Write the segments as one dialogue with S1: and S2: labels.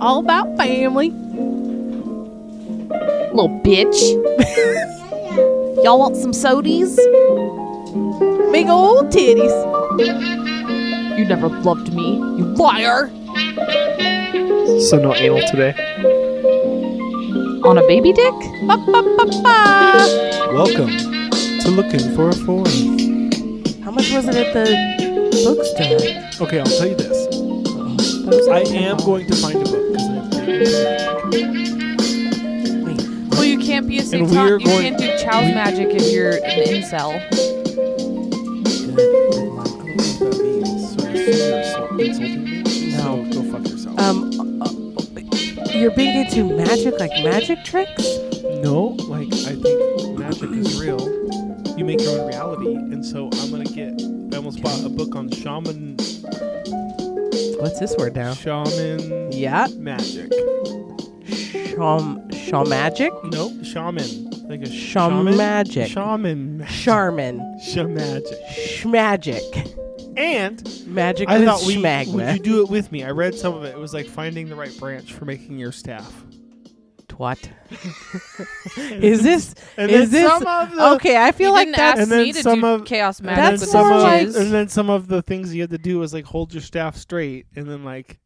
S1: All about family.
S2: Little bitch. Y'all want some sodies?
S1: Big old titties.
S2: You never loved me, you liar!
S3: So no anal today.
S2: On a baby dick?
S1: Ba, ba, ba, ba.
S4: Welcome to Looking for a Foreign.
S1: How much was it at the bookstore?
S4: Okay, I'll tell you this.
S1: That was
S4: I
S1: like-
S4: am going to find a book. 'cause I have to-
S5: Well, you can't be a
S4: we
S5: satan.
S4: are
S5: You
S4: going-
S5: can't do child
S4: we-
S5: magic if you're an incel.
S4: So go fuck yourself.
S1: Um, uh, uh, you're big into magic, like magic tricks.
S4: No, like I think magic is real. You make your own reality, and so I'm gonna get. I almost bought a book on shaman,
S1: What's this word now?
S4: shaman
S1: Yeah,
S4: magic.
S1: sham, sham magic,
S4: No, shaman, like a shaman,
S1: Shamagic.
S4: shaman,
S1: Charmin,
S4: shamagic.
S1: shmagic,
S4: And
S1: magic
S4: I
S1: with
S4: thought we would
S1: shmagma.
S4: you do it with me? I read some of it. It was like finding the right branch for making your staff.
S1: Twat. is this?
S4: And
S1: is
S4: then
S1: this?
S4: some of the-
S1: okay, I feel
S5: you
S1: like
S5: didn't
S1: that's
S5: ask
S4: And then
S5: me to
S4: some
S5: do
S4: of-
S5: chaos
S4: And
S5: magic
S4: then
S1: That's
S5: with
S4: some
S1: more
S4: of,
S1: like-
S5: witches.
S4: and then some of the things you had to do was like hold your staff straight, and then like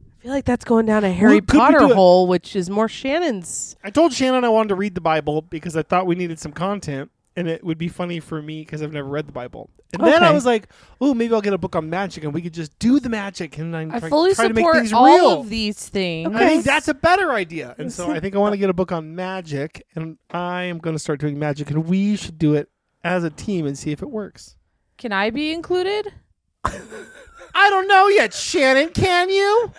S1: I feel like that's going down a
S4: could we
S1: Harry
S4: do
S1: Potter
S4: it-
S1: hole, which is more Shannon's.
S4: I told Shannon I wanted to read the Bible because I thought we needed some content and it would be funny for me because I've never read the Bible. And then I
S1: Okay.
S4: was like, oh, maybe I'll get a book on magic and we could just do the magic and then
S5: I
S4: try,
S5: fully
S4: try to make
S5: support
S4: things
S5: all
S4: real.
S5: of these things.
S4: I think that's a better idea. And so I think I want to get a book on magic and I am going to start doing magic and we should do it as a team and see if it works.
S5: Can I be included?
S4: I don't know yet, Shannon. Can you?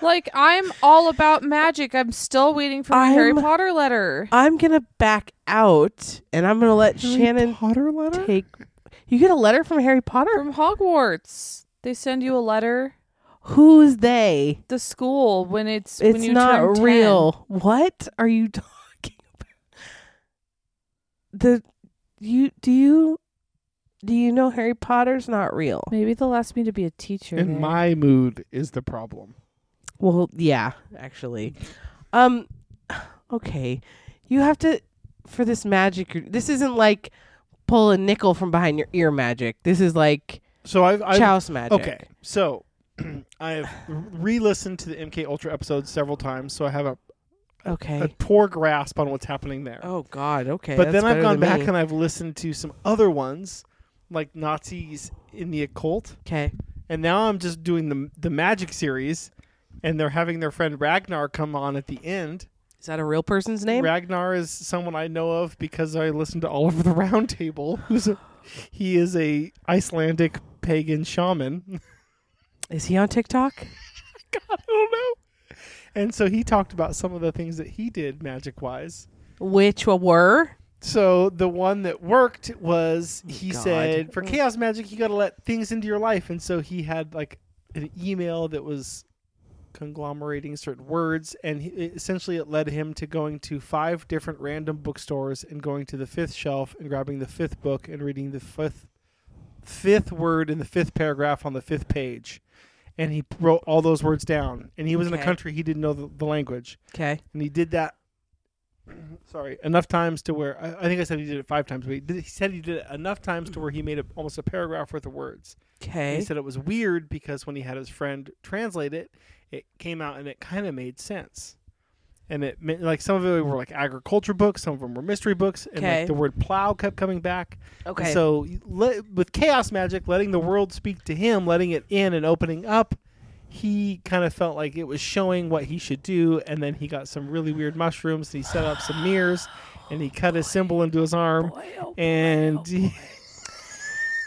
S5: Like I'm all about magic. I'm still waiting for my Harry
S1: I'm-
S5: Potter letter.
S1: I'm gonna back out, and I'm gonna let Shannon
S4: Potter letter?
S1: take. You get a letter from Harry Potter.
S5: from Hogwarts. They send you a letter.
S1: Who's they?
S5: The school when it's when
S1: It's
S5: you
S1: not
S5: turn 10.
S1: real. What are you talking about? The you do you do you know Harry Potter's not real?
S5: Maybe they'll ask me to be a teacher.
S4: And
S5: there.
S4: my mood is the problem.
S1: Well, yeah, actually. Um okay. You have to for this magic you're- this isn't like pull a nickel from behind your ear magic. This is like
S4: So I've, I've
S1: chouse magic.
S4: Okay, so I've re-listened to the MK Ultra episodes several times, so I have a, a
S1: Okay.
S4: poor grasp on what's happening there.
S1: Oh god, okay.
S4: Uh, but
S1: that's
S4: then I've
S1: better
S4: gone
S1: than
S4: back
S1: me.
S4: and I've listened to some other ones, like Nazis in the occult,
S1: Okay.
S4: and now I'm just doing the the magic series, and they're having their friend Ragnar come on at the end.
S1: Is that a real person's name?
S4: Ragnar is someone I know of because I listened to Oliver the Round Table, who's a, he is a Icelandic pagan shaman.
S1: Is he on TikTok?
S4: I don't know. And so he talked about some of the things that he did magic wise.
S1: Which were?
S4: So the one that worked was he
S1: Oh God. Mm.
S4: said for chaos magic you got to let things into your life, and so he had like an email that was conglomerating certain words, and he, it- essentially it led him to going to five different random bookstores and going to the fifth shelf and grabbing the fifth book and reading the fifth fifth word in the fifth paragraph on the fifth page. And he wrote all those words down. And he was in a
S1: Okay.
S4: country he didn't know the, the language
S1: Okay.
S4: and he did that. Sorry, enough times to where I, I think I said he did it five times, but he, did, he said he did it enough times to where he made a, almost a paragraph worth of words. And
S1: Okay.
S4: He said it was weird because when he had his friend translate it, it came out and it kind of made sense. And it meant like some of it were like agriculture books, some of them were mystery books, and
S1: Okay.
S4: like, the word plow kept coming back. And
S1: Okay.
S4: so you let, with chaos magic, letting the world speak to him, letting it in and opening up, he kind of felt like it was showing what he should do. And then he got some really weird mushrooms. And he set up some mirrors, and he cut his symbol into his arm,
S1: oh
S4: and he-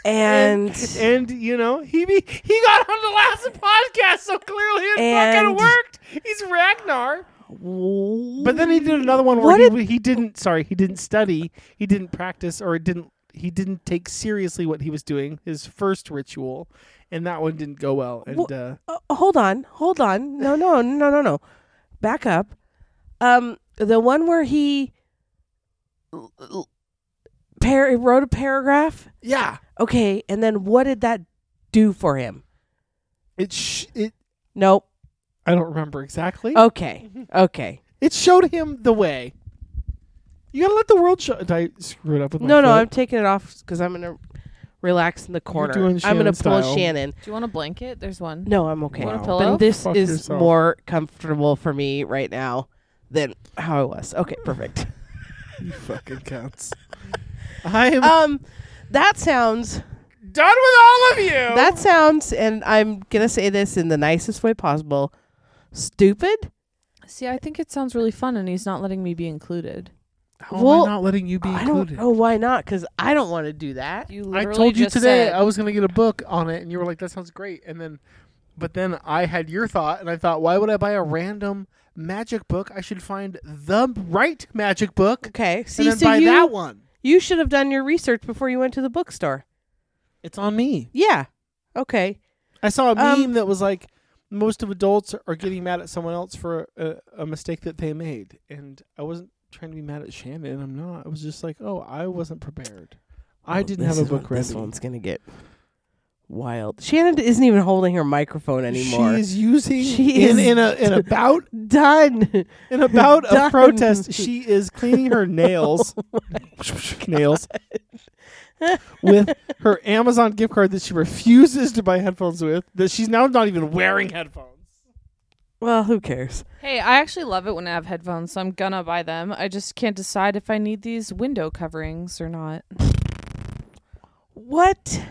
S1: and
S4: and you know he be, he got on the last podcast, so clearly it fucking
S1: And-
S4: worked. He's Ragnar. But
S1: but
S4: then he did another one where
S1: What
S4: he, he didn't. Sorry, he didn't study. He didn't practice, or didn't. He didn't take seriously what he was doing. His first ritual, and that one didn't go well. And
S1: Wha-
S4: uh,
S1: Oh, hold on, hold on. No, no, no, no, no. Back up. Um, the one where he l- l- par- wrote a paragraph.
S4: yeah,
S1: Okay, and then what did that do for him?
S4: it sh- it.
S1: Nope.
S4: I don't remember exactly.
S1: Oh. Okay. Okay.
S4: It showed him the way. You gotta let the world show. Did I screw it up with my
S1: No, no,
S4: foot?
S1: I'm taking it off because I'm gonna relax in the corner.
S4: doing
S1: I'm
S4: Shannon
S1: gonna pull
S4: style.
S1: Shannon.
S5: Do you want a blanket? There's one.
S1: No, I'm okay.
S5: Want a
S4: Wow.
S5: pillow?
S1: But this
S4: Fuck
S1: is
S4: yourself.
S1: more comfortable for me right now than how I was. Okay, perfect.
S4: You fucking counts. I am
S1: um, that sounds.
S4: done with all of you.
S1: That sounds, and I'm gonna say this in the nicest way possible. Stupid.
S5: See, I think it sounds really fun, and he's not letting me be included.
S4: How
S1: well,
S4: am I not letting you be
S1: I don't
S4: included?
S1: know why not, because I don't want to do that.
S5: You
S4: I
S5: literally
S4: told you
S5: just
S4: today
S5: said-
S4: I was gonna get a book on it, and you were like, "That sounds great." And then, but then I had your thought, and I thought, "Why would I buy a random magic book? I should find the right magic book
S1: Okay.
S4: and
S1: See,
S4: then
S1: so
S4: buy
S1: you
S4: that one."
S1: you should have done your research before you went to the bookstore.
S4: It's on me.
S1: Yeah. Okay.
S4: I saw a
S1: Um,
S4: meme that was like, "Most of adults are getting mad at someone else for a, a mistake that they made," and I wasn't trying to be mad at Shannon. I'm not. I was just like, "Oh, I wasn't prepared. I didn't have a book ready."
S1: This one's gonna get wild. Shannon isn't even holding her microphone anymore.
S4: She is using
S1: She
S4: in,
S1: is
S4: in a in a bout
S1: done.
S4: in a bout
S1: Done.
S4: of protest. She is cleaning her nails, nails, with her Amazon gift card that she refuses to buy headphones with. That she's now not even wearing headphones.
S1: Well, who cares?
S5: Hey, I actually love it when I have headphones, so I'm gonna buy them. I just can't decide if I need these window coverings or not.
S1: What?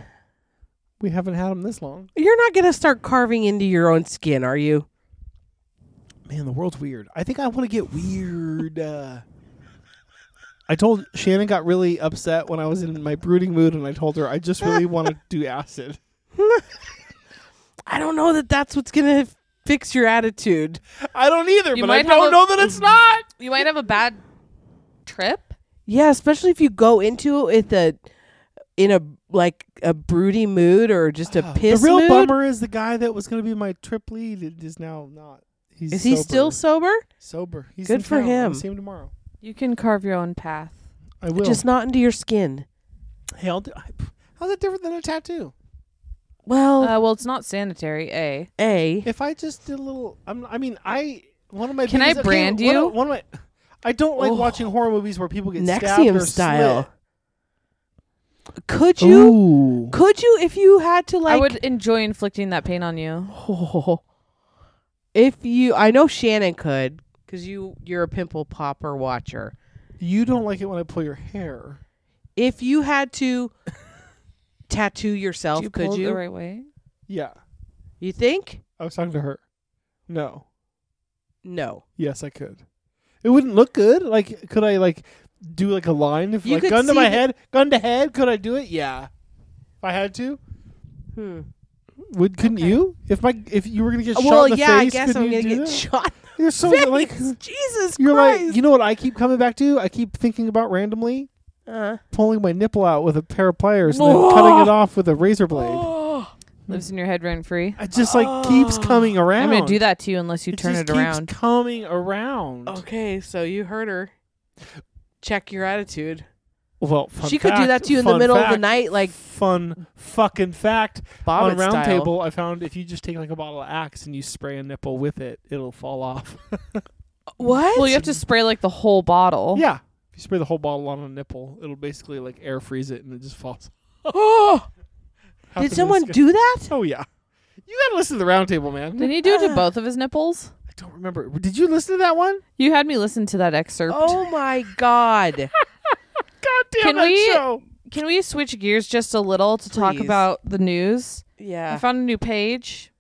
S4: We haven't had them this long.
S1: You're not gonna start carving into your own skin, are you?
S4: Man, the world's weird. I think I want to get weird. Uh, I told Shannon got really upset when I was in my brooding mood, and I told her I just really want to do acid.
S1: I don't know that that's what's gonna f- fix your attitude.
S4: I don't either,
S5: You
S4: but
S5: might
S4: I
S5: have
S4: don't
S5: a-
S4: know that it's not.
S5: You might have a bad trip.
S1: Yeah, especially if you go into it with a in a like a broody mood or just a piss
S4: Ah, The real
S1: mood.
S4: bummer is the guy that was going to be my trip lead i- is now not. He's
S1: Is he
S4: sober.
S1: still sober?
S4: sober? He's
S1: Good
S4: in
S1: for
S4: town. I'll
S1: him.
S4: See him tomorrow.
S5: You can carve your own path.
S4: I will.
S1: Just not into your skin.
S4: hey, I'll do, I, how's that different than a tattoo?
S1: Well,
S5: Uh, well, it's not sanitary. A.
S1: a
S4: If I just did a little, I'm, I mean, I one of my
S5: Can I
S4: biggest- okay,
S5: brand
S4: one of-
S5: you?
S4: One of my, I don't like
S1: Oh.
S4: watching horror movies where people get stabbed
S1: Nexium
S4: or
S1: style.
S4: slit.
S1: Could you?
S4: Ooh.
S1: Could you if you had to like?
S5: I would enjoy inflicting that pain on you.
S1: If you, I know Shannon could because you you're a pimple popper watcher.
S4: You don't like it when I pull your hair.
S1: If you had to tattoo yourself,
S5: Do you pull
S1: could
S5: it
S1: you?
S5: the right way?
S4: Yeah,
S1: You think?
S4: I was talking to her. No.
S1: No.
S4: Yes, I could. It wouldn't look good. Like, could I like do like a line? If
S1: You
S4: like
S1: could
S4: gun to
S1: see
S4: my
S1: the-
S4: head, gun to head, could I do it? Yeah, if I had to.
S1: Hmm.
S4: Would couldn't you? If my if you were gonna get shot
S1: Uh, Well,
S4: in the
S1: yeah,
S4: face,
S1: I guess
S4: couldn't
S1: I'm
S4: you
S1: gonna
S4: do
S1: get
S4: that?
S1: shot. in
S4: You're
S1: the
S4: so
S1: face.
S4: like
S1: Jesus
S4: you're
S1: Christ.
S4: like you know what I keep coming back to? I keep thinking about randomly
S1: uh,
S4: pulling my nipple out with a pair of pliers and then cutting it off with a razor blade.
S1: Oh, Hmm.
S5: Lives in your head rent free.
S4: It just like keeps coming around.
S5: I'm gonna do that to you unless you
S4: It
S5: turn
S4: just
S5: it
S4: keeps
S5: around.
S4: Coming around.
S1: okay, so you heard her. Check your attitude.
S4: Well, fun
S1: she could do
S4: fact,
S1: that to you in the
S4: fun
S1: middle of the
S4: fact,
S1: night, like
S4: fun fucking fact.
S1: Bob
S4: on round table, I found if you just take like a bottle of Axe and you spray a nipple with it, it'll fall off.
S1: What?
S5: Well, you have to spray like the whole bottle.
S4: yeah, if you spray the whole bottle on a nipple, it'll basically like air freeze it and it just falls. Happened
S1: Did
S4: to
S1: someone
S4: this guy-
S1: do that?
S4: Oh yeah, you gotta listen to the round table, man.
S5: Didn't he do it to
S1: Ah.
S5: both of his nipples?
S4: I don't remember. Did you listen to that one?
S5: You had me listen to that excerpt.
S1: Oh my god.
S4: God damn
S5: Can
S4: that
S5: we-
S4: show!
S5: Can we switch gears just a little to talk
S1: Please.
S5: about the news? I
S1: yeah.
S5: found a new page.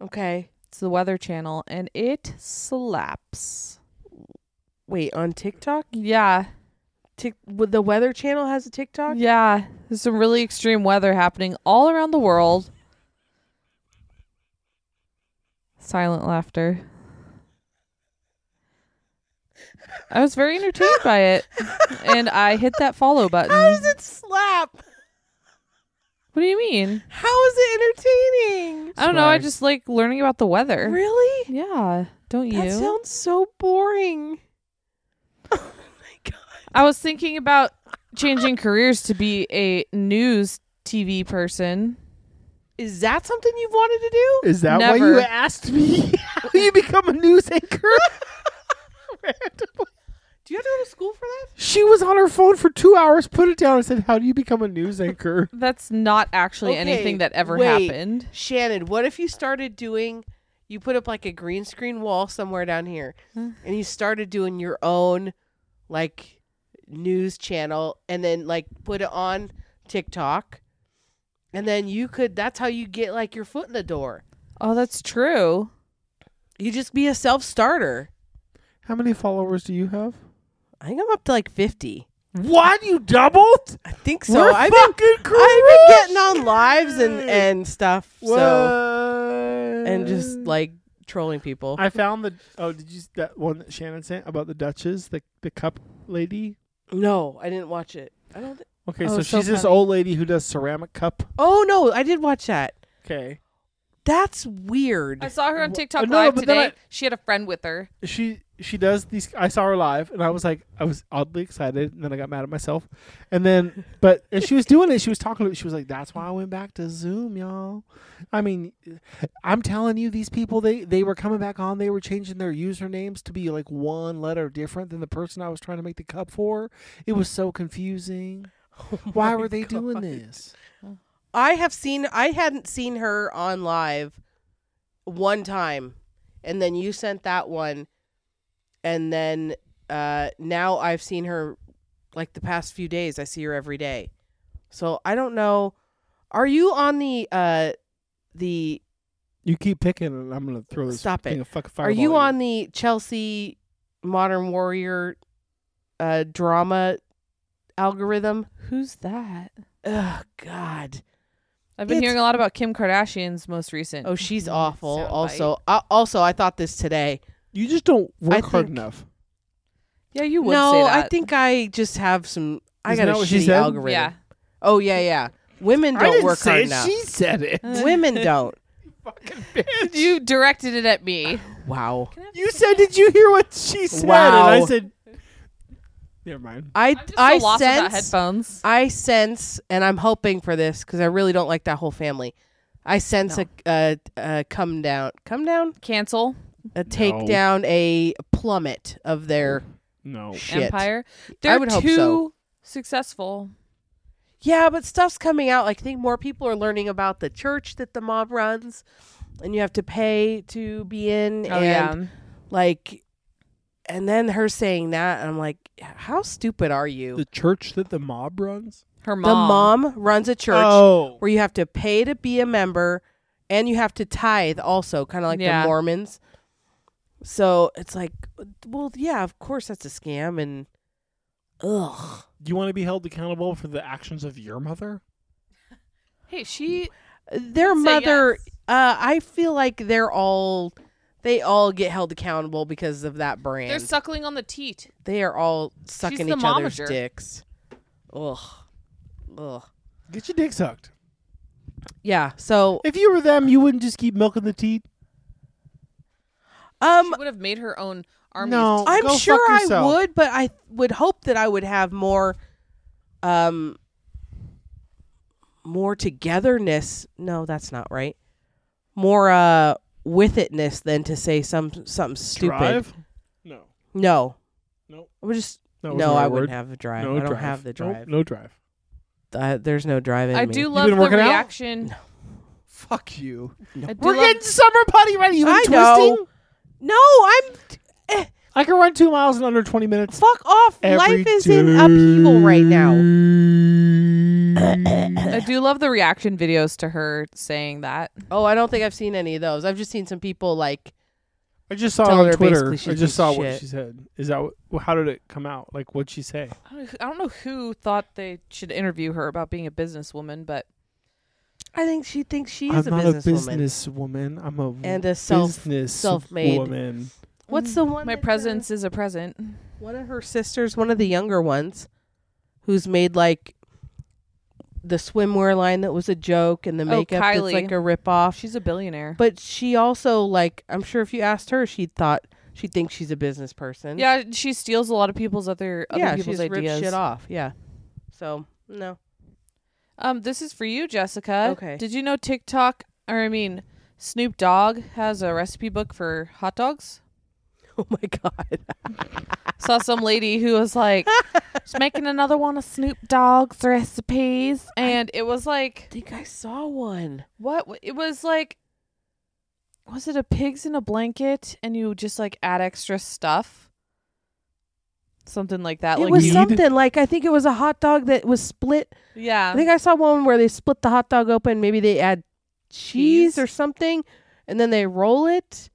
S1: Okay.
S5: It's the Weather Channel, and it slaps.
S1: Wait, on TikTok?
S5: Yeah,
S1: Tik w- the Weather Channel has a TikTok?
S5: yeah. There's some really extreme weather happening all around the world. Silent laughter. I was very entertained by it, and I hit that follow button.
S1: How does it slap?
S5: What do you mean?
S1: How is it entertaining?
S5: I don't know. I
S4: Swag.
S5: just like learning about the weather.
S1: Really?
S5: Yeah, don't you?
S1: That sounds so boring. Oh my god.
S5: I was thinking about changing careers to be a news TV person.
S1: Is that something you've wanted to do?
S4: Is that why you
S5: Never.
S4: asked me how you become a news anchor? Randomly.
S1: Do you have to go to school for that?
S4: she was on her phone for two hours, put it down, and said, How do you become a news anchor?
S5: That's not actually
S1: Okay,
S5: anything that ever
S1: wait.
S5: happened.
S1: Shannon, what if you started doing you put up like a green screen wall somewhere down here
S5: Huh?
S1: and you started doing your own like news channel and then like put it on TikTok and then you could that's how you get like your foot in the door.
S5: Oh, that's true.
S1: You just be a self starter.
S4: How many followers do you have?
S1: I think I'm up to like 50.
S4: What? You doubled?
S1: I think so.
S4: So We're
S1: I've been,
S4: fucking crazy.
S1: I've been getting on lives and and stuff so and just like trolling people.
S4: I found the oh did you s- that one that Shannon sent about the Duchess the the cup lady
S1: no, I didn't watch it. I don't thi-
S4: okay
S5: Oh,
S4: so,
S5: so
S4: she's this
S5: funny.
S4: old lady who does ceramic cup
S1: Oh no, I did watch that.
S4: okay
S1: That's weird.
S5: I saw her on
S4: Wh-
S5: TikTok
S4: no,
S5: live
S4: but then
S5: today.
S4: I-
S5: She had a friend with her.
S4: she she does these I saw her live and I was like I was oddly excited and then I got mad at myself and then but as she was doing it she was talking to she was like that's why I went back to Zoom y'all I mean I'm telling you these people they they were coming back on they were changing their usernames to be like one letter different than the person I was trying to make the cup for it was so confusing
S1: Oh
S4: why were they doing this
S1: I have seen I hadn't seen her on live one time and then you sent that one and then uh now I've seen her like the past few days I see her every day. So I don't know are you on the uh the
S4: you keep picking and I'm gonna throw this
S1: Stop
S4: thing
S1: it.
S4: a fuck
S1: are you on the Chelsea Modern Warrior uh drama algorithm?
S5: Who's that?
S1: Oh god.
S5: I've been
S1: It's-
S5: hearing a lot about Kim Kardashian's most recent.
S1: Oh, she's awful.
S5: soundbite.
S1: Also, I, also I thought this today.
S4: you just don't work hard
S1: think-
S4: enough
S5: yeah, you would
S1: no,
S5: say that.
S1: I think I just have some. I
S4: Isn't
S1: got
S4: that
S1: a
S4: what she
S1: shitty
S4: said?
S1: algorithm.
S5: yeah.
S1: Oh yeah, yeah. Women don't work hard enough.
S4: She said it.
S1: Women don't.
S4: Fucking bitch.
S5: You directed it at me.
S1: Wow.
S4: You said, did you hear what she said? And
S1: Wow.
S4: I said, never mind.
S1: I
S5: I'm just
S1: I
S5: so lost without
S1: sense.
S5: headphones.
S1: I sense, and I'm hoping for this because I really don't like that whole family. I sense a, a a come down, come down,
S5: Cancel
S1: a takedown, a plummet of their
S4: No.
S1: shit.
S5: Empire. They're
S1: would
S5: too
S1: hope so.
S5: successful.
S1: Yeah, but stuff's coming out. Like, I think more people are learning about the church that the mob runs, and you have to pay to be in.
S5: Oh
S1: and
S5: yeah.
S1: like and then her saying that and i'm like how stupid are you
S4: The church that the mob runs?
S5: Her mom.
S1: the mom runs a church
S4: Oh.
S1: where you have to pay to be a member and you have to tithe also kind of like
S5: Yeah.
S1: the mormons so it's like well yeah of course that's a scam and ugh
S4: You want to be held accountable for the actions of your mother?
S5: Hey, she
S1: their
S5: Say
S1: mother
S5: yes.
S1: uh, i feel like they're all they all get held accountable because of that brand
S5: they're suckling on the teat.
S1: they are all sucking
S5: the
S1: each other's
S5: momager.
S1: dicks ugh ugh
S4: Get your dick sucked.
S1: Yeah. So,
S4: If you were them, you wouldn't just keep milking the teat.
S1: um,
S5: She would have made her own army. of
S4: No.
S5: teat.
S1: I'm
S4: Go fuck
S1: sure I
S4: yourself.
S1: would, but I would hope that I would have more, um, more togetherness. No, that's not right. More uh with itness than to say some something stupid.
S4: Drive? No.
S1: No.
S4: Nope.
S1: I would just
S4: That was
S1: no.
S4: my
S1: I
S4: word.
S1: wouldn't have a drive.
S4: No
S1: I don't
S4: drive.
S1: have the
S4: Nope,
S1: drive.
S4: No, drive.
S1: Uh, there's no drive in
S5: I
S1: me.
S5: do love
S4: been
S5: the
S4: working out?
S5: reaction.
S4: Fuck you.
S5: I do
S4: We're
S5: love-
S4: getting summer body ready. You been
S1: I
S4: twisting?
S1: know. No, I'm
S4: I can run two miles in under 20 minutes.
S1: fuck off.
S4: Every
S1: Life is in upheaval right now.
S5: I do love the reaction videos to her saying that.
S1: Oh, I don't think I've seen any of those. I've just seen some people like
S4: I just saw
S1: Tell
S4: on
S1: her
S4: Twitter.
S1: basically
S4: I
S1: she's a piece
S4: just saw
S1: of
S4: what
S1: shit.
S4: she said. Is that what, how did it come out? Like what'd she say?
S5: I don't know- I don't know who thought they should interview her about being a businesswoman, but
S1: I think she thinks she
S4: I'm
S1: is a
S4: not
S1: businesswoman.
S4: businesswoman. I'm a
S1: And a self-
S4: business
S1: self-made.
S4: woman.
S1: What's the one?
S5: my
S1: that, uh,
S5: presence is a present.
S1: one of her sisters, one of the younger ones, who's made like the swimwear line that was a joke and the makeup
S5: Kylie.
S1: that's like a ripoff.
S5: She's a billionaire.
S1: But she also like I'm sure if you asked her, she thought she thinks she's a business person.
S5: Yeah, she steals a lot of people's other other
S1: yeah,
S5: people's
S1: she's ripped
S5: ideas.
S1: shit off. Yeah, so no,
S5: Um, this is for you, Jessica.
S1: Okay.
S5: Did you know TikTok, or I mean, Snoop Dogg has a recipe book for hot dogs?
S1: Oh my god.
S5: Saw some lady who was like, she's making another one of Snoop Dogg's recipes, and it was like,
S1: I think I saw one.
S5: what? It was like, was it a pigs in a blanket, and you just like add extra stuff, something like that?
S1: it
S5: like,
S1: was
S5: you-
S4: Need?
S1: something like I think it was a hot dog that was split.
S5: yeah.
S1: I think I saw one where they split the hot dog open. Maybe they add cheese,
S5: Cheese?
S1: or something, and then they roll it.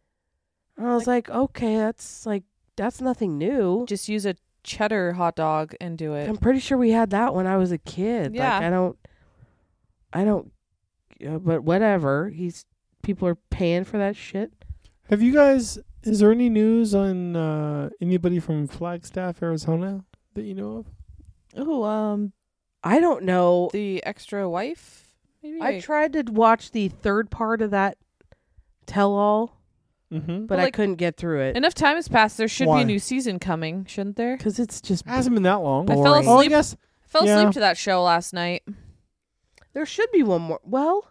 S1: And I was like, okay, that's like that's nothing new.
S5: just use a cheddar hot dog and do it.
S1: I'm pretty sure we had that when I was a kid.
S5: Yeah.
S1: Like I don't, I don't, uh, but whatever. He's people are paying for that shit.
S4: Have you guys? Is there any news on uh, anybody from Flagstaff, Arizona, that you know of?
S5: Oh, um,
S1: I don't know.
S5: the extra wife. Maybe
S1: I tried to watch the third part of that tell all,
S4: Mm-hmm.
S1: but I
S5: like-
S1: couldn't get through it
S5: Enough time has passed. There should be
S4: Why?
S5: a new season coming, shouldn't there?
S1: because it's just
S4: Hasn't been that long.
S5: I fell
S1: Boring.
S4: Oh, I
S5: asleep.
S4: guess
S5: I fell
S4: Yeah.
S5: asleep to that show last night.
S1: there should be one more. Well,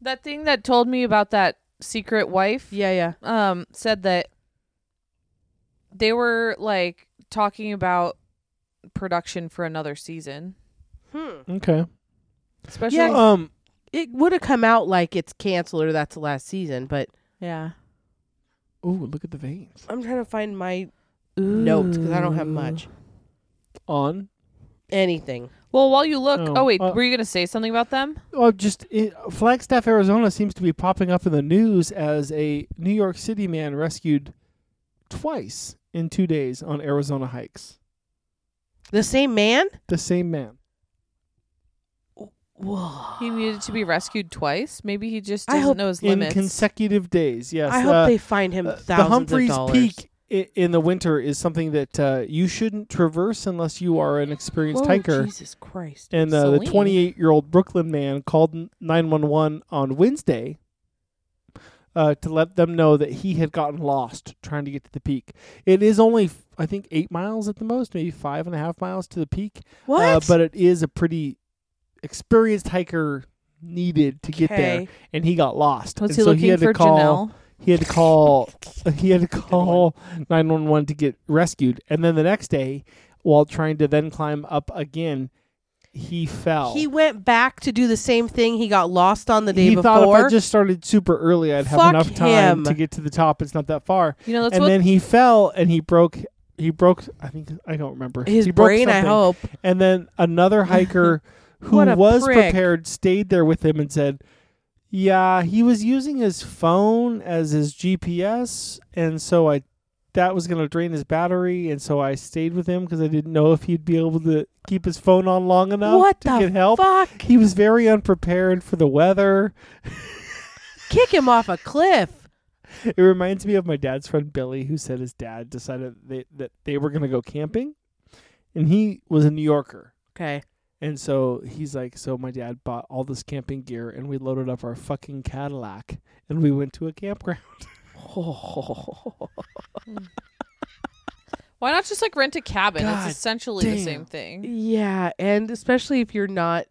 S5: That thing that told me about that secret wife.
S1: yeah, yeah.
S5: Um, said that they were like talking about production for another season,
S1: Hmm.
S4: okay.
S5: especially.
S1: Yeah.
S4: Um,
S1: It would have come out like it's canceled or that's the last season, but
S5: yeah.
S4: ooh, look at the veins
S1: I'm trying to find my notes because I don't have much.
S4: on.
S1: Anything.
S5: Well, while you look,
S4: Oh,
S5: oh, wait,
S4: uh,
S5: were you gonna say something about them?
S4: Oh, just it, Flagstaff, Arizona seems to be popping up in the news as a New York City man rescued twice in two days on Arizona hikes.
S1: The same man?
S4: The same man.
S1: Whoa.
S5: He needed to be rescued twice. Maybe he just
S1: I
S5: doesn't
S1: hope
S5: know his
S4: in
S5: limits.
S4: consecutive days. Yes,
S1: I hope
S4: uh,
S1: they find him
S4: uh,
S1: thousands
S4: the Humphreys
S1: of dollars.
S4: Peak i- in the winter is something that uh, you shouldn't traverse unless you are an experienced
S1: Whoa,
S4: hiker.
S1: Jesus Christ.
S4: And uh, the
S5: Celine.
S4: 28 year old Brooklyn man called n- 911 on Wednesday uh, to let them know that he had gotten lost trying to get to the peak. It is only, f- I think, eight miles at the most, maybe five and a half miles to the peak.
S1: What?
S4: Uh, but it is a pretty experienced hiker needed to get there,
S1: Okay.
S4: and he got lost.
S5: Was
S4: and
S5: he
S4: so
S5: looking
S4: he had
S5: for
S4: to call.
S5: Janelle?
S4: He had to call. he had to call nine one one to get rescued, and then the next day, while trying to then climb up again, he fell.
S1: He went back to do the same thing. He got lost on the day
S4: he
S1: before.
S4: thought if I just started super early, I'd have
S1: Fuck
S4: enough time
S1: him.
S4: to get to the top. It's not that far.
S5: You know, that's
S4: and
S5: what
S4: then he fell, and he broke. He broke. I think I don't remember.
S1: His
S4: he broke
S1: brain, I
S4: something.
S1: hope.
S4: And then another hiker who
S1: What a
S4: was
S1: prick.
S4: prepared stayed there with him and said, "Yeah, he was using his phone as his GPS, and so I that was going to drain his battery, and so I stayed with him because I didn't know if he'd be able to keep his phone on long enough
S1: What
S4: to
S1: the
S4: get help.
S1: fuck?
S4: He was very unprepared for the weather.
S1: Kick him off a cliff.
S4: It reminds me of my dad's friend Billy, who said his dad decided they, that they were going to go camping, and he was a New Yorker.
S1: Okay.
S4: And so he's like, so my dad bought all this camping gear, and we loaded up our fucking Cadillac, and we went to a campground.
S5: Why not just like rent a cabin?
S4: God
S5: it's essentially the
S4: damn.
S5: same thing.
S1: Yeah, and especially if you're not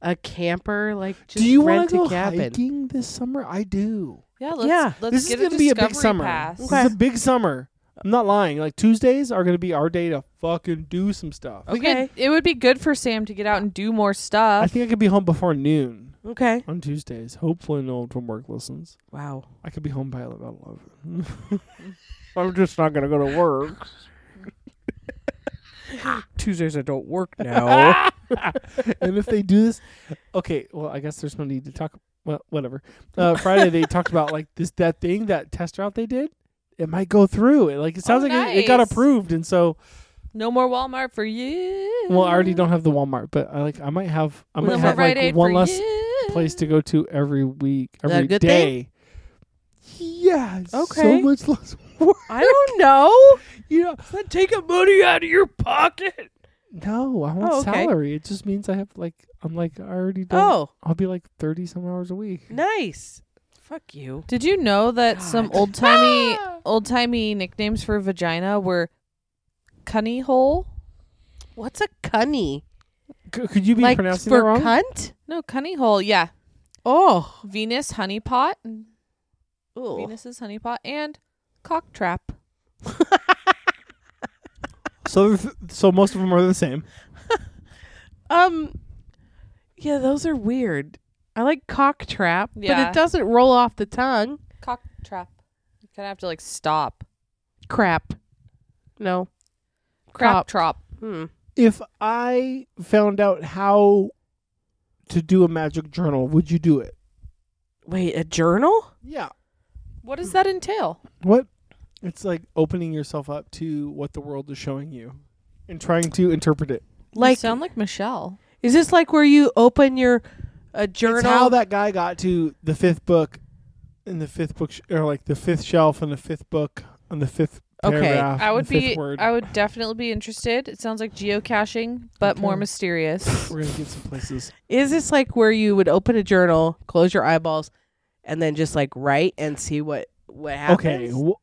S1: a camper, like just
S4: do you want
S1: rent
S4: to go
S1: a cabin.
S4: hiking this summer? I do.
S5: Yeah, let's
S1: Yeah.
S5: let's
S4: this
S5: get
S4: is
S5: a
S4: gonna be a big
S5: discovery
S4: summer.
S5: pass.
S4: This
S1: Okay.
S4: is a big summer. I'm not lying. Like Tuesdays are gonna be our day to fucking do some stuff.
S5: We
S1: Okay.
S5: could- it would be good for Sam to get out and do more
S4: I
S5: stuff.
S4: think I could be home before noon
S1: Okay.
S4: on Tuesdays. Hopefully, no one from work listens.
S1: Wow.
S4: I could be home by about eleven. I'm just not gonna go to work.
S1: Tuesdays I don't work now.
S4: and if they do this, okay. Well, I guess there's no need to talk. Well, whatever. Uh, Friday they talked about like this that thing that test route they did. It might go through. It like it sounds
S5: Oh,
S4: like it, it got
S5: nice.
S4: approved, and so
S5: no more Walmart for you.
S4: well, I already don't
S1: Mm.
S4: have the Walmart, but I like I might have I
S5: No
S4: might
S5: more
S4: have
S5: Rite
S4: like
S5: Aid
S4: one
S5: for
S4: less
S5: you.
S4: place to go to every week,
S1: that a
S4: every
S1: good
S4: day. Yeah. it's So
S1: Okay.
S4: much less work.
S1: I don't know.
S4: You know,
S1: That take a money out of your pocket.
S4: no, I want
S1: Oh, okay.
S4: salary. It just means I have like I'm like I already done.
S1: Oh,
S4: I'll be like thirty some hours a week.
S1: nice. Fuck you.
S5: Did you know that some
S1: God.
S5: old timey
S1: Ah.
S5: old timey nicknames for vagina were cunny hole,
S1: What's a cunny?
S4: C- could you be
S1: like
S4: pronouncing
S1: for
S4: that wrong?
S1: cunt.
S5: No, cunny hole. Yeah.
S1: Oh,
S5: Venus honeypot.
S1: Ooh.
S5: Venus's honeypot and cock trap.
S4: So, th- so most of them are the same.
S1: um, yeah, those are weird. I like cock trap, but
S5: Yeah.
S1: it doesn't roll off the tongue.
S5: Cock trap. You kind of have to like stop.
S1: Crap. No.
S5: Crap
S1: Crop.
S5: trop.
S1: Hmm.
S4: If I found out how to do a magic journal, would you do it?
S1: Wait, a journal?
S4: Yeah.
S5: What does that entail?
S4: What? It's like opening yourself up to what the world is showing you and trying to interpret it.
S5: Like
S1: Like,
S5: sound like Michelle.
S1: is this like where you open your a journal?
S4: It's how that guy got to the fifth book, in the fifth book, sh- or like the fifth shelf in the fifth book on the fifth
S1: Okay,
S4: paragraph.
S5: I would
S4: the
S5: be
S4: Fifth word.
S5: I would definitely be interested. It sounds like geocaching, but more
S4: Okay.
S5: mysterious.
S4: We're gonna get some places.
S1: Is this like where you would open a journal, close your eyeballs, and then just like write and see what what happens?
S4: Okay. wh-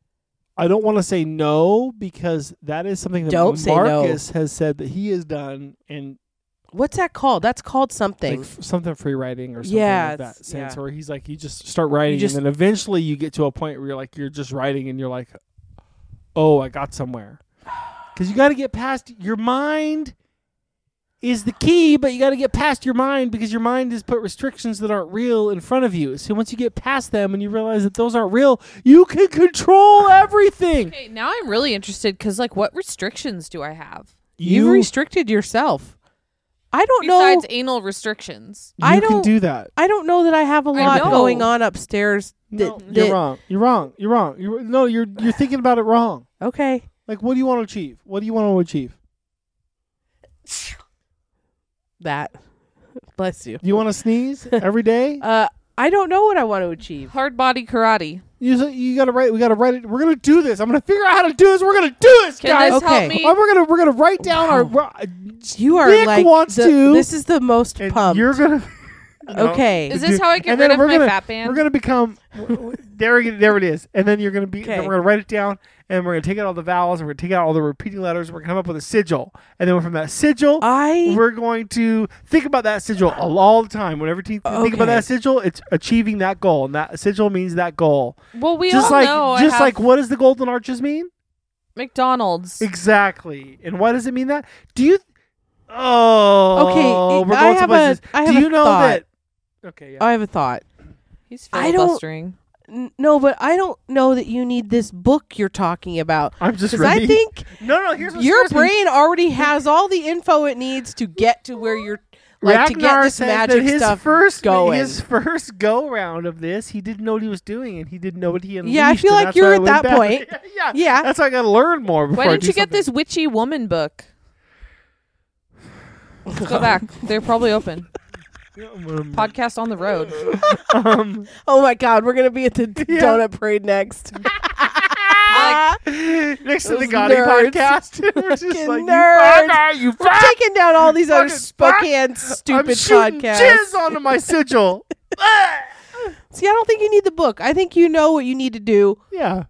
S4: I don't want to say no because that is something that
S1: Don't say no.
S4: Marcus has said that he has done and
S1: What's that called? That's called something.
S4: like f- something free writing or something
S1: Yeah,
S4: like that
S1: it's-
S4: sense
S1: yeah.
S4: where he's like you just start writing
S1: just-
S4: and then eventually you get to a point where you're like you're just writing and you're like oh I got somewhere because you got to get past your mind is the key but you got to get past your mind because your mind has put restrictions that aren't real in front of you so once you get past them and you realize that those aren't real you can control everything
S5: Okay, now I'm really interested because like what restrictions do I have?
S1: You've restricted yourself. I don't
S5: Besides
S1: know.
S5: anal restrictions.
S1: I
S4: you can
S1: don't-
S4: do that
S1: I don't know that I have a
S5: I
S1: lot
S5: know.
S1: going on upstairs.
S4: No,
S1: that-
S4: you're
S1: that-
S4: wrong. You're wrong. You're wrong. You're, no, you're you're thinking about it wrong.
S1: Okay.
S4: Like, what do you want to achieve? What do you want to achieve?
S1: That. Bless you.
S4: Do you want to sneeze every day?
S1: Uh, I don't know what I want to achieve.
S5: Hard body karate.
S4: You s- you gotta write. We gotta write it. We're gonna do this. I'm gonna figure out how to do this. We're gonna do this,
S5: Can
S4: guys.
S5: this
S1: Okay.
S5: help me?
S4: Uh, We're gonna we're gonna write down our.
S1: Wow.
S4: uh,
S1: You are
S4: Nick
S1: like
S4: wants
S1: the-
S4: to.
S1: This is the most
S4: and
S1: pumped.
S4: You're gonna. No.
S1: okay.
S5: Is this how I get
S4: And then
S5: rid of
S4: we're
S5: my
S4: gonna-
S5: fat band?
S4: We're gonna become. w- w- there, it- there it is. And then you're gonna be. Then
S1: Okay.
S4: we're gonna write it down, and we're gonna take out all the vowels, and we're gonna take out all the repeating letters. And we're gonna come up with a sigil, and then from that sigil,
S1: I
S4: we're going to think about that sigil all, all the time. Whenever te- think about
S1: Okay.
S4: that sigil, it's achieving that goal, and that sigil means that goal.
S5: well, we
S4: just
S5: all
S4: like,
S5: know I
S4: just
S5: have
S4: like, what does the golden arches mean?
S5: McDonald's.
S4: Exactly. And why does it mean that? Do you? Oh,
S1: Okay,
S4: We're
S1: I
S4: going to
S1: have a-
S4: places.
S1: I
S4: Do
S1: have a
S4: you know
S1: thought.
S4: that? Okay. Yeah.
S1: I have a thought.
S5: He's
S1: I don't-
S5: filibustering.
S1: N- No, but I don't know that you need this book you're talking about.
S4: I'm just
S1: Because
S4: ready.
S1: I think
S4: no, no. Here's what
S1: your
S4: scares me.
S1: brain already has all the info it needs to get to where you're like to get
S4: Ragnar
S1: this
S4: said
S1: magic
S4: that his
S1: stuff
S4: first,
S1: going.
S4: His first go round of this, he didn't know what he was doing, and he didn't know what he unleashed.
S1: Yeah, I feel
S4: and
S1: like
S4: that's
S1: you're
S4: why
S1: at
S4: it went
S1: that
S4: bad.
S1: point.
S4: yeah,
S1: Yeah.
S4: That's why I got to learn more. Before
S5: Why
S4: I
S5: didn't
S4: do
S5: you get
S4: something.
S5: this witchy woman book? Let's go back. They're probably open.
S4: Um,
S5: Podcast on the road.
S4: um,
S1: oh my god, we're gonna be at the
S4: Yeah. Ah!
S1: donut parade next.
S4: next to the
S1: Those
S4: Gotti
S1: nerds.
S4: podcast, we're just
S1: Fucking
S4: like,
S1: nerds.
S4: you fucker, you
S1: we're
S4: fuck.
S1: taking down all these other
S4: Fucking fuck.
S1: Spokane
S4: I'm
S1: stupid
S4: shooting
S1: podcasts.
S4: jizz onto my sigil.
S1: See, I don't think you need the book. I think you know what you need to do
S4: yeah,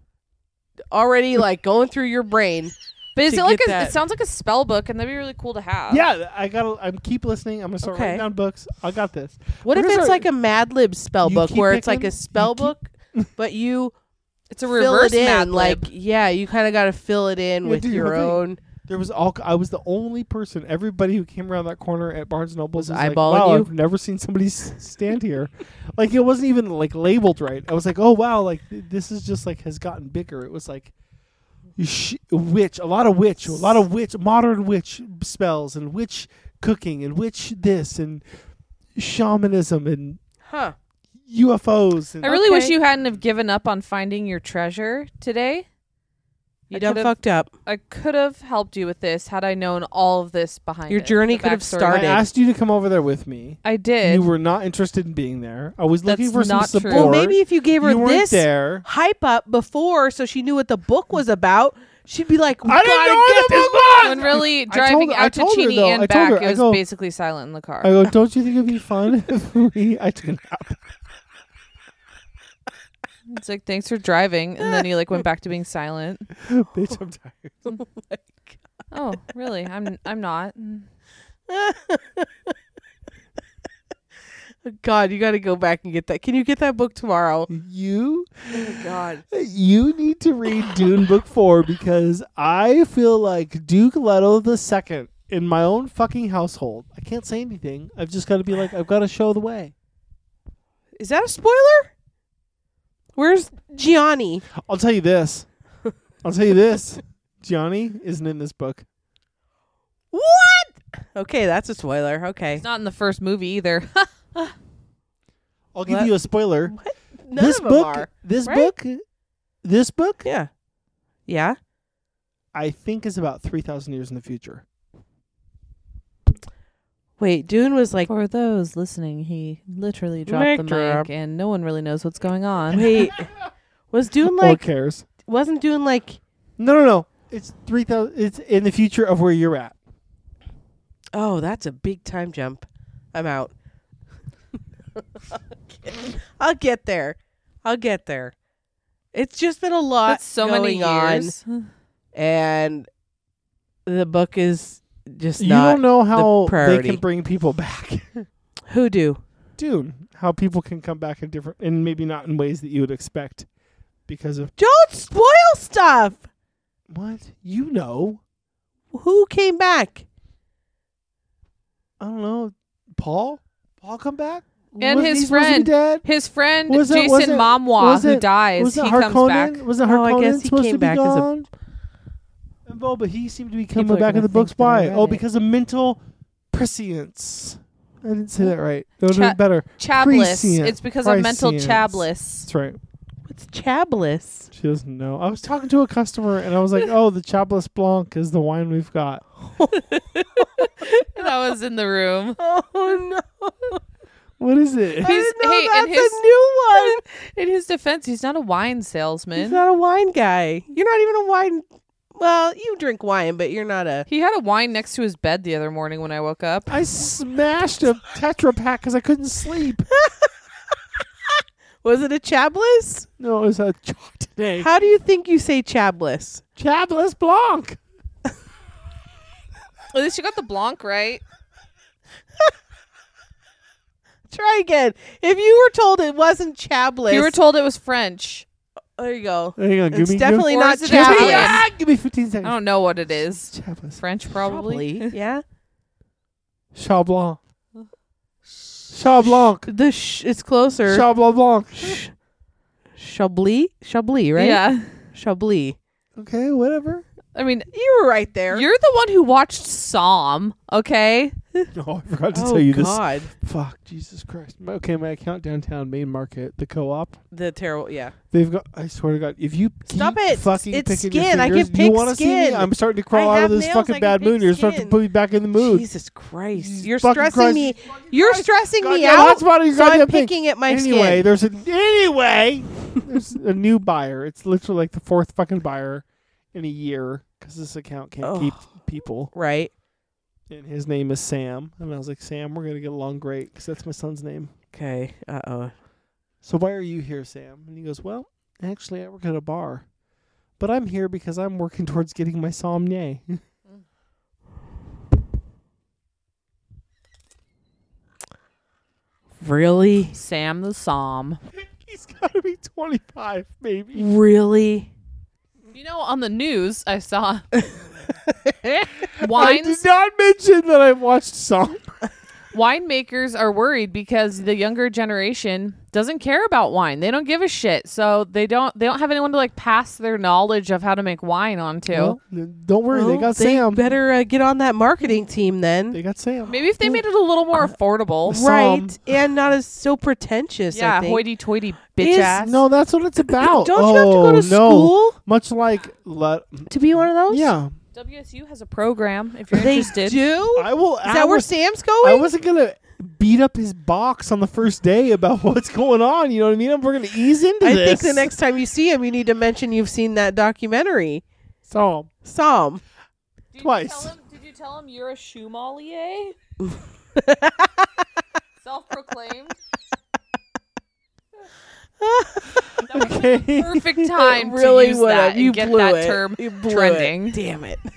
S1: already. Like going through your brain.
S5: But is
S1: to
S5: it like
S1: get
S5: a,
S1: that-
S5: it sounds like a spell book, and that'd be really cool to have.
S4: yeah. I gotta. I'm keep listening. I'm gonna start
S1: Okay.
S4: writing down books. I got this.
S1: What if
S4: Where's
S1: it's
S4: our-
S1: like a Mad Lib spell
S4: You
S1: book
S4: keep
S1: where it's like
S4: picking-
S1: a spell
S4: you keep-
S1: book, but you
S5: it's a
S1: fill
S5: reverse
S1: it in,
S5: Mad Lib.
S1: like yeah, you kind of got to fill it in
S4: Yeah,
S1: with
S4: do your
S1: your
S4: thing.
S1: own.
S4: There was all. I was the only person. Everybody who came around that corner at Barnes and Noble
S1: Was
S4: was like,
S1: eyeballing
S4: wow,
S1: you?
S4: I've never seen somebody s- stand here. like it wasn't even like labeled right. I was like, oh wow, like th- this is just like has gotten bigger. It was like. Sh- witch, a lot of witch, a lot of witch, modern witch spells, and witch cooking, and witch this, and shamanism, and
S1: Huh.
S4: UFOs. And
S5: I really wish
S1: Okay.
S5: you hadn't have given up on finding your treasure today.
S1: You
S5: I
S1: done
S5: could've-
S1: fucked up.
S5: I could have helped you with this had I known all of this behind
S1: Your
S5: it,
S1: journey
S5: the
S1: could have
S5: backstory.
S1: started.
S4: I asked you to come over there with me.
S5: I did.
S4: You were not interested in being there. I was looking
S5: That's
S4: for some
S5: not true.
S4: support.
S5: Well,
S1: Well, maybe if you gave her
S4: you weren't
S1: this
S4: there.
S1: hype up before, so she knew what the book was about, she'd be like,
S4: I didn't know what the book was!
S5: when really
S4: I told-
S5: driving
S4: I
S5: out to
S4: told her,
S5: Chini
S4: though, I
S5: and
S4: told
S5: back,
S4: her, I
S5: it was
S4: go-
S5: basically silent in the car.
S4: I go, don't you think it'd be fun if we? I took a nap.
S5: it's like thanks for driving, and then he like went back to being silent.
S4: Bitch, I'm tired.
S5: Oh, really? I'm I'm not.
S1: God, you got to go back and get that. Can you get that book tomorrow?
S4: You
S5: Oh God.
S4: you need to read Dune Book Four because I feel like Duke Leto the second in my own fucking household. I can't say anything. I've just got to be like, I've got to show the way.
S1: Is that a spoiler? Where's Gianni?
S4: I'll tell you this. I'll tell you this. Gianni isn't in this book.
S1: What? Okay, that's a spoiler. Okay.
S5: It's not in the first movie either.
S4: I'll give
S1: What?
S4: you a spoiler.
S1: What? None
S4: this
S1: of 'em
S4: book,
S1: are.
S4: this
S1: right?
S4: book, this book,
S1: Yeah. Yeah.
S4: I think is about three thousand years in the future.
S1: Wait, Dune was like,
S5: For those listening, he literally dropped
S1: Mic
S5: the mic,
S1: drop.
S5: and no one really knows what's going on.
S1: wait, was Dune like,
S4: or cares?
S1: wasn't Dune like,
S4: No, no, no. It's three thousand. It's in the future of where you're at.
S1: oh, that's a big time jump. I'm out. I'll get there. I'll get there. It's just been a lot
S5: That's so many
S1: going on,
S5: years.
S1: and the book is just
S4: you
S1: not
S4: don't know how they
S1: priority.
S4: can bring people back.
S1: hoodoo.
S4: Dune, how people can come back in different and maybe not in ways that you would expect because of
S1: Don't spoil stuff.
S4: what you know.
S1: Who came back?
S4: I don't know. Paul, Paul, come back
S5: And
S4: Wasn't
S5: his
S4: he supposed to be
S5: friend.
S4: dead?
S5: His friend
S4: Was it- was
S5: Jason
S4: it-
S5: Momwa,
S4: was
S5: who
S4: it-
S5: dies,
S4: Was
S5: he
S4: it
S5: comes
S4: Harkonnen?
S5: back.
S4: Was it
S1: Oh, I
S4: Harkonnen
S1: guess he
S4: supposed
S1: came
S4: to be
S1: back as a-
S4: gone? And Boba, he seemed to be
S5: are
S4: coming back in
S5: gonna
S4: the books
S5: think that I
S4: by
S5: read
S4: oh
S5: it.
S4: because of mental prescience. I didn't say that right. That would have
S5: Cha-
S4: been better.
S5: Chabliss.
S4: Prescient.
S5: It's because of mental
S4: Prescient.
S5: chabliss.
S4: That's right.
S1: What's Chablis?
S4: She doesn't know. I was talking to a customer and I was like, "Oh, the Chablis Blanc is the wine we've got."
S5: that was in the room.
S1: Oh no!
S4: What is it?
S5: He's-
S1: I didn't know
S5: hey,
S1: that's
S5: and his-
S1: a new one.
S5: In his defense, he's not a wine salesman.
S1: He's not a wine guy. You're not even a wine. Well, you drink wine, but you're not a.
S5: He had a wine next to his bed the other morning when I woke up.
S4: I smashed a Tetra Pak because I couldn't sleep.
S1: Was it a Chablis?
S4: No, it was a Chardonnay.
S1: How do you think you say Chablis?
S4: Chablis Blanc.
S5: At least you got the Blanc right.
S1: Try again. If you were told it wasn't Chablis,
S5: You were told it was French.
S1: There you go.
S4: Hang on,
S1: It's definitely
S5: Or
S1: not
S5: is it
S4: Give
S1: Chablis.
S4: me,
S5: Italian?
S4: ah, give me 15
S5: I
S4: seconds.
S5: don't know what it is.
S4: Chablis.
S5: French, probably.
S1: Probably, yeah.
S4: Chablis Blanc. Chablis Blanc.
S1: The sh- it's closer.
S4: Chablis Blanc.
S1: Sh- Chablis, Chablis, right?
S5: Yeah.
S1: Chablis.
S4: Okay, whatever.
S5: I mean,
S1: You were right there.
S5: you're the one who watched Psalm, okay?
S4: Oh, I forgot to
S1: oh
S4: tell you
S1: God,
S4: this. Fuck, Jesus Christ. My- Okay, my account downtown, Main Market, the co-op.
S1: the terrible. Yeah.
S4: They've got. I swear to God, if you
S1: Stop
S4: keep
S1: it.
S4: fucking
S1: It's
S4: picking your
S1: skin. I
S4: fingers,
S1: can
S4: you
S1: pick
S4: wanna see me?
S1: skin.
S4: I'm starting to
S1: I
S4: crawl out
S1: have
S4: of this
S1: nails, I
S4: fucking
S1: can
S4: bad
S1: pick
S4: mood. You're supposed to
S1: skin.
S4: put me back in the mood.
S1: Jesus Christ,
S4: Jesus
S1: you're
S4: fucking
S1: stressing
S4: Christ.
S1: me. You're
S4: Christ.
S1: stressing
S4: God,
S1: me
S4: yeah,
S1: out.
S4: that's why you
S1: so I'm
S4: goddamn thing.
S1: picking at my
S4: anyway,
S1: skin.
S4: there's a anyway. there's a new buyer. It's literally like the fourth fucking buyer in a year because this account can't
S1: Oh.
S4: keep people.
S1: Right.
S4: And his name is Sam. And I was like, Sam, we're gonna get along great because that's my son's name.
S1: Okay. Uh oh.
S4: So why are you here, Sam? And he goes, Well, actually, I work at a bar, but I'm here because I'm working towards getting my somnier.
S1: Really?
S5: Sam the Psalm.
S4: He's got to be 25, maybe.
S1: Really?
S5: You know, on the news, I saw wines.
S4: I did not mention that I watched Psalm.
S5: winemakers are worried because the younger generation doesn't care about wine. They don't give a shit. So they don't they don't have anyone to like pass their knowledge of how to make wine onto.
S4: Well, n- don't worry,
S1: Well,
S4: they got Sam.
S1: Better uh, get on that marketing team then.
S4: They got Sam.
S5: Maybe if they made it a little
S1: uh,
S5: more affordable.
S4: Psalm.
S1: right, and not as so pretentious. I
S5: Yeah,
S1: think.
S5: hoity toity bitch
S1: Is-
S5: ass.
S4: No, that's what it's about.
S1: Don't you have to go
S4: Oh,
S1: to
S4: no.
S1: school
S4: Much like let
S1: to be one of those?
S4: yeah,
S5: WSU has a program if you're
S1: they
S5: interested.
S1: do.
S4: I will.
S1: Is that where Sam's going?
S4: I wasn't gonna beat up his box on the first day about what's going on. You know what I mean? We're gonna ease into
S1: I
S4: this.
S1: think the next time you see him, you need to mention you've seen that documentary.
S4: Psalm.
S1: Psalm.
S5: Did you
S4: Twice.
S5: tell him- did you tell him you're a sommelier? Self-proclaimed. That was the
S4: Okay.
S5: perfect time
S1: It really
S5: to use
S1: would.
S5: that
S1: You
S5: and get
S1: blew
S5: that
S1: it.
S5: term
S1: You blew it.
S5: trending.
S1: Damn it.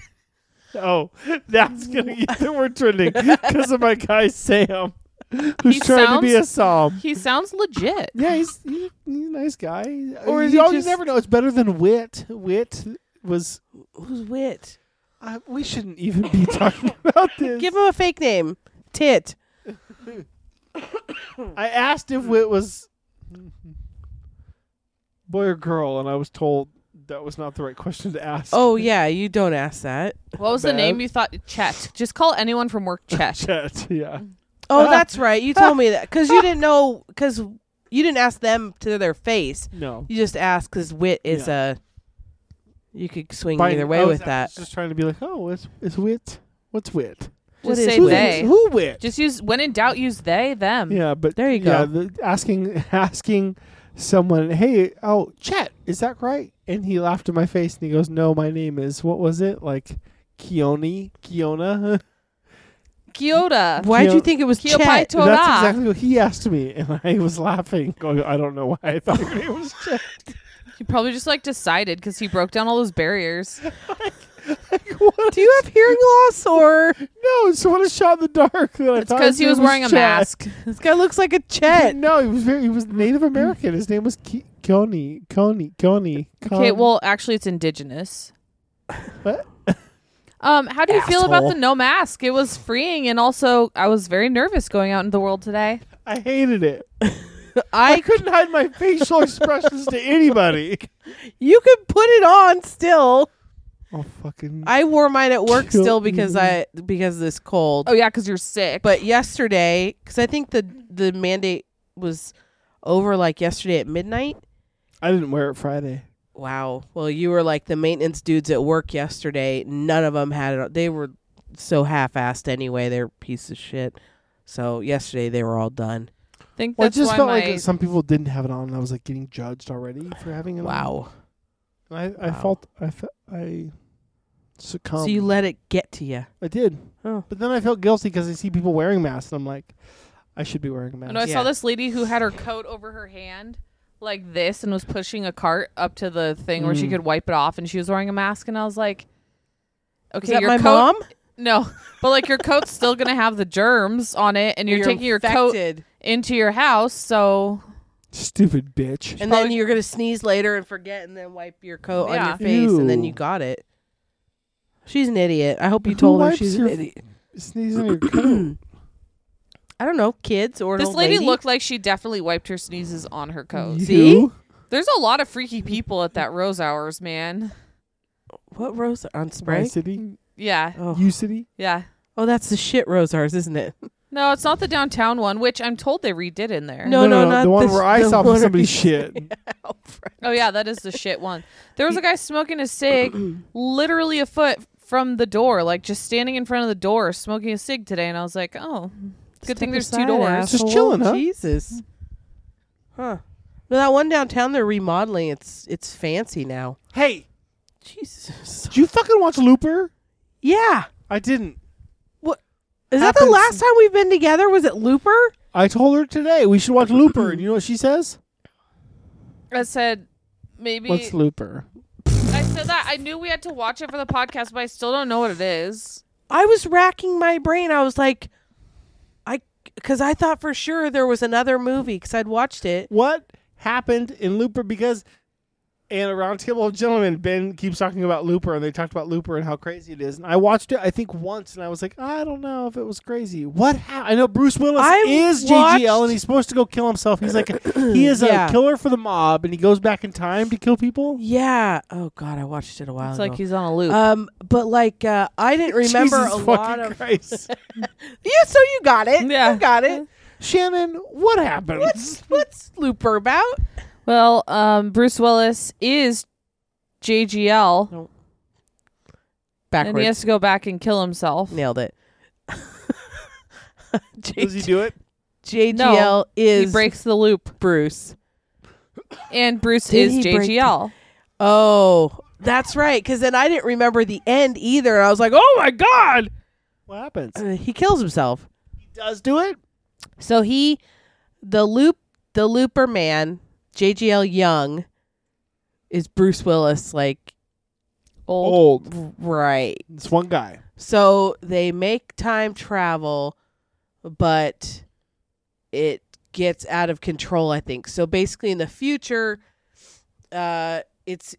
S4: Oh, that's gonna get the word trending because of my guy Sam, who's
S5: He
S4: trying to be a
S5: sounds-
S4: psalm.
S5: He sounds legit.
S4: Yeah, he's, he, he's a nice guy.
S1: Or
S4: you,
S1: is he
S4: all- you
S1: just-
S4: never know. It's better than wit. Wit was.
S1: Who's wit?
S4: Uh, we shouldn't even be talking about this.
S1: Give him a fake name. Tit.
S4: I asked if wit was boy or girl, and I was told that was not the right question to ask.
S1: Oh yeah, you don't ask that.
S5: What was
S4: Bev?
S5: the name you thought? Chet. Just call anyone from work Chet.
S4: Chet, yeah.
S1: Oh, that's right. You told me that because you didn't know because you didn't ask them to their face.
S4: No.
S1: You just asked because wit is a. You could swing
S4: Fine.
S1: either way
S4: I was-
S1: with
S4: I was
S1: that.
S4: Just trying to be like, oh, it's it's wit. What's wit?
S1: What
S5: Just
S1: is
S5: say
S1: wit?
S5: they.
S4: Who wit?
S5: Just use when in doubt, use they them.
S4: yeah, but
S1: There you
S4: Yeah,
S1: go.
S4: the, asking asking someone, hey, oh, Chet, is that right? And he laughed in my face and he goes, no, my name is what was it like, Keone, Keona.
S5: Kyoto.
S1: Why'd
S4: Kyo-
S1: you think it was
S5: Kyo
S1: Chet?
S5: Paito- Toda.
S4: That's exactly what he asked me, and I was laughing. Going, I don't know why I thought your name was Chet.
S5: He probably just like decided because he broke down all those barriers.
S4: Like, what?
S1: Do you have hearing loss or
S4: No, it's what a shot in the dark. That I
S5: It's
S4: thought
S5: because
S4: his
S5: he
S4: name
S5: was wearing a
S4: Chet.
S5: mask.
S1: this guy looks like a Chet?
S4: No, he was very. He was Native American. His name was Ke- Keone, Keone, Keone.
S5: Okay,
S4: Keone.
S5: well, actually, it's indigenous.
S4: What?
S5: Um, how do you feel about
S4: Asshole.
S5: the no mask? It was freeing, and also I was very nervous going out into the world today.
S4: I hated it. I
S1: I
S4: couldn't hide my facial expressions to anybody.
S1: you could put it on still.
S4: Oh fucking!
S1: I wore mine at work
S4: Kill
S1: still because
S4: me.
S1: I because of this cold.
S5: Oh yeah, because you're sick.
S1: But yesterday, because I think the the mandate was over like yesterday at midnight.
S4: I didn't wear it Friday.
S1: Wow. Well, you were like the maintenance dudes at work yesterday. None of them had it. on- They were so half-assed anyway. They're pieces of shit. So yesterday they were all done.
S5: I think
S4: Well,
S5: that's
S4: it just
S5: why
S4: felt
S5: my
S4: like some people didn't have it on, and I was like getting judged already for having it.
S1: Wow.
S4: on. And I I
S1: Wow.
S4: felt I fe- I succumbed.
S1: so you let it get to you.
S4: I did,
S1: Oh.
S4: but then I felt guilty because I see people wearing masks, and I'm like, I should be wearing a
S5: I
S4: mask.
S5: know I
S1: Yeah.
S5: saw this lady who had her coat over her hand like this and was pushing a cart up to the thing where she
S4: Mm.
S5: could wipe it off, and she was wearing a mask, and I was like, "Okay,
S1: Is that
S5: your
S1: my
S5: coat,
S1: mom?
S5: no, but like your coat's still gonna have the germs on it, and you're, taking your coat
S1: infected.
S5: into your house, so
S4: Stupid bitch.
S1: and then
S5: probably-
S1: you're gonna sneeze later and forget, and then wipe your coat on
S5: Yeah.
S1: your face, and then
S4: Ew.
S1: you got it. She's an idiot. I hope you
S4: Who
S1: told her
S4: wipes
S1: she's
S4: your-
S1: an idiot.
S4: Sneezing your coat.
S1: I don't know, kids or an
S5: This
S1: old
S5: lady,
S1: lady,
S5: looked like she definitely wiped her sneezes on her coat.
S4: You.
S1: Oh, See?
S5: There's a lot of freaky people at that Rose Hours, man.
S1: What Rosa on
S4: My
S1: spray?
S4: city,
S5: Yeah,
S1: Oh.
S4: you city.
S5: yeah.
S1: oh, that's the shit Rosars, isn't it?
S5: No, it's not the downtown one, which I'm told they redid in there.
S1: No, no, not
S4: the one
S1: this-
S4: where I
S1: the
S4: saw
S1: one-
S4: somebody shit.
S5: Oh yeah, that is the shit one. There was a guy smoking a cig, literally a foot from the door, like just standing in front of the door smoking a cig today, and I was like, oh, good thing there's two doors.
S4: Just chilling, huh?
S1: Jesus. Huh. No, that one downtown they're remodeling. It's it's fancy now.
S4: Hey,
S1: Jesus.
S4: did you fucking watch Looper?
S1: Yeah.
S4: I didn't.
S1: Is that the
S4: Happens.
S1: last time we've been together? Was it Looper?
S4: I told her today we should watch Looper, and you know what she says?
S5: I said. Maybe
S4: What's Looper?
S5: I said that I knew we had to watch it for the podcast, but I still don't know what it is.
S1: I was racking my brain. I was like, I, because I thought for sure there was another movie because I'd watched it.
S4: What happened in Looper? Because and a roundtable of gentlemen, Ben keeps talking about Looper, and they talked about Looper and how crazy it is. And I watched it, I think once, and I was like, I don't know if it was crazy. What? hap I know Bruce Willis
S1: I
S4: is JGL, and he's supposed to go kill himself. He's like, he is
S1: Yeah.
S4: a killer for the mob, and he goes back in time to kill people.
S1: Yeah. Oh God, I watched it a while
S5: It's
S1: ago.
S5: like he's on a loop.
S1: um, but like uh, I didn't remember
S4: Jesus
S1: a
S4: fucking
S1: lot of.
S4: Christ.
S1: Yeah, so you got it.
S5: Yeah.
S1: you got it.
S4: Shannon, what happened?
S1: What's what's Looper about?
S5: Well, um, Bruce Willis is JGL, and he has to go back and kill himself.
S1: Nailed it.
S4: Does he
S1: J-
S4: do it?
S1: JGL
S5: No, He
S1: is
S5: breaks the loop,
S1: Bruce.
S5: and Bruce
S1: Did he
S5: is
S1: break
S5: JGL.
S1: Oh, that's right. Because then I didn't remember the end either. I was like, oh my god,
S4: What happens?
S1: Uh, he kills himself.
S4: He does do it.
S1: So he, the loop, the looper man, JGL Young, is Bruce Willis. Like
S5: Old.
S4: Old.
S1: Right.
S4: This one guy.
S1: So they make time travel, but it gets out of control, I think. So basically, in the future, uh, it's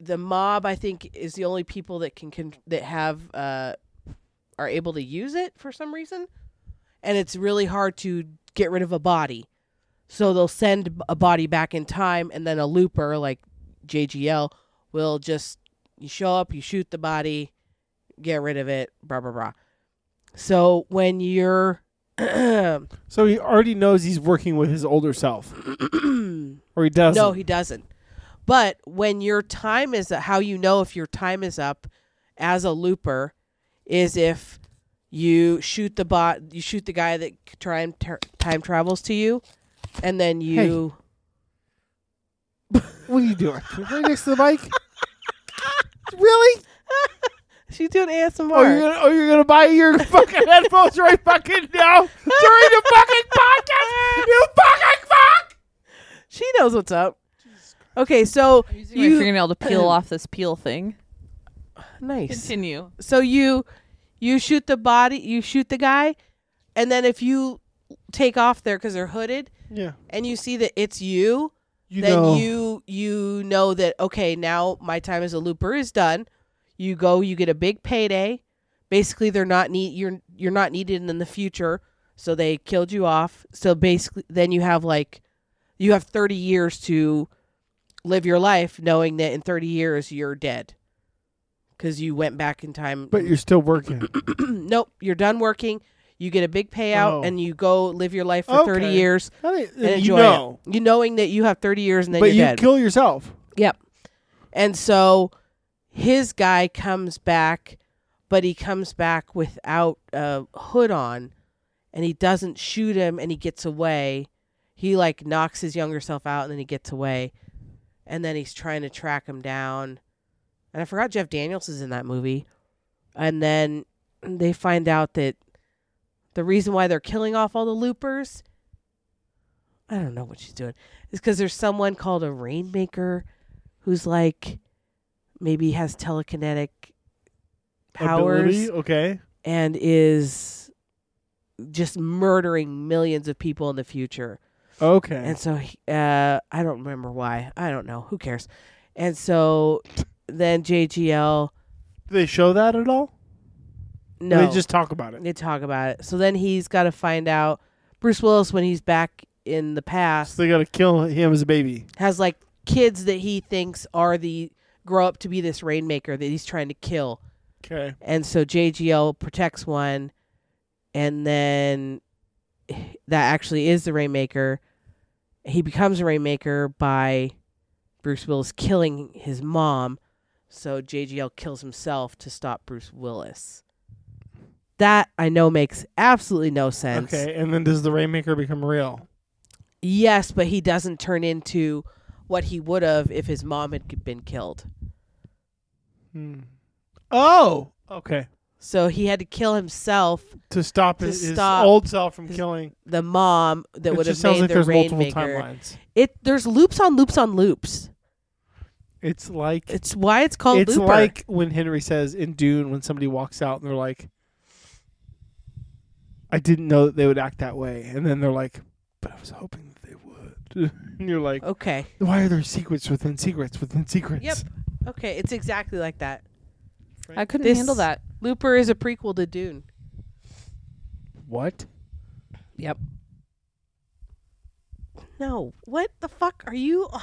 S1: the mob, I think, is the only people that can, can that have uh, are able to use it for some reason. And it's really hard to get rid of a body. So they'll send a body back in time, and then a looper like JGL will just you show up, you shoot the body, get rid of it, blah blah blah. So when you're no,
S4: So he already knows he's working with his older self, or he doesn't.
S1: he doesn't. But when your time is how you know if your time is up as a looper is if you shoot the bot, you shoot the guy that time ter- time travels to you, and then you.
S4: what are you doing? Right next to the bike. really?
S1: She's doing ASMR.
S4: Oh, you're gonna, oh, you're gonna buy your fucking headphones right fucking now during the fucking podcast. You fucking fuck.
S1: she knows what's up. Okay, so
S5: Using
S1: You-
S5: my fingernail to peel off this peel thing.
S1: nice.
S5: Continue.
S1: so you you shoot the body you shoot the guy and then if you take off there because they're hooded
S4: Yeah.
S1: and you see that it's you,
S4: You
S1: then
S4: know.
S1: you you know that okay now my time as a looper is done you go you get a big payday basically they're not need you're you're not needed in the future so they killed you off so basically then you have like you have 30 years to live your life knowing that in 30 years you're dead because you went back in time
S4: but you're still working.
S1: Mm, nope you're done working you get a big payout
S4: Oh.
S1: and you go live your life for 30
S4: Okay.
S1: years
S4: How do you-
S1: and
S4: you
S1: enjoy
S4: know,
S1: it. You knowing that you have 30 years and then
S4: but
S1: you're
S4: you
S1: dead.
S4: kill yourself.
S1: yep. And so his guy comes back, but he comes back without a hood on and he doesn't shoot him and he gets away. He like knocks his younger self out and then he gets away. And then he's trying to track him down. And I forgot Jeff Daniels is in that movie. And then they find out that the reason why they're killing off all the loopers I don't know what she's doing. It's because there's someone called a Rainmaker who's like maybe has telekinetic powers
S4: Ability, Okay.
S1: and is just murdering millions of people in the future.
S4: Okay.
S1: And so he- uh, I don't remember why. I don't know. Who cares? And so then JGL
S4: Do they show that at all? Or
S1: no
S4: They just talk about it.
S1: they talk about it. So then he's got to find out Bruce Willis when he's back in the past
S4: So they gotta kill him as a baby.
S1: has like kids that he thinks are the grow up to be this rainmaker that he's trying to kill.
S4: Okay.
S1: And so JGL protects one and then that actually is the rainmaker. He becomes a rainmaker by Bruce Willis killing his mom. So JGL kills himself to stop Bruce Willis. That I know makes absolutely no sense.
S4: Okay. And then does the Rainmaker become real?
S1: Yes, but he doesn't turn into what he would have if his mom had c- been killed.
S4: Hmm. Oh. Okay.
S1: So he had to kill himself,
S4: To stop
S1: To
S4: his, his
S1: stop
S4: old self from
S1: his-
S4: killing.
S1: the mom that
S4: it
S1: would
S4: just sounds
S1: have made
S4: like
S1: the
S4: there's multiple
S1: rainmaker.
S4: timelines.
S1: It there's loops on loops on loops.
S4: It's like
S1: It's why it's called
S4: it's
S1: looper.
S4: like when Henry says in Dune when somebody walks out and they're like, "I didn't know that they would act that way," and then they're like, "But I was hoping that they would." and you're like,
S1: okay,
S4: "Why are there secrets within secrets within secrets?"
S1: Yep. okay, it's exactly like that.
S5: I couldn't
S1: This-
S5: handle that.
S1: Looper is a prequel to Dune.
S4: What?
S1: Yep. No, what the fuck are you? on?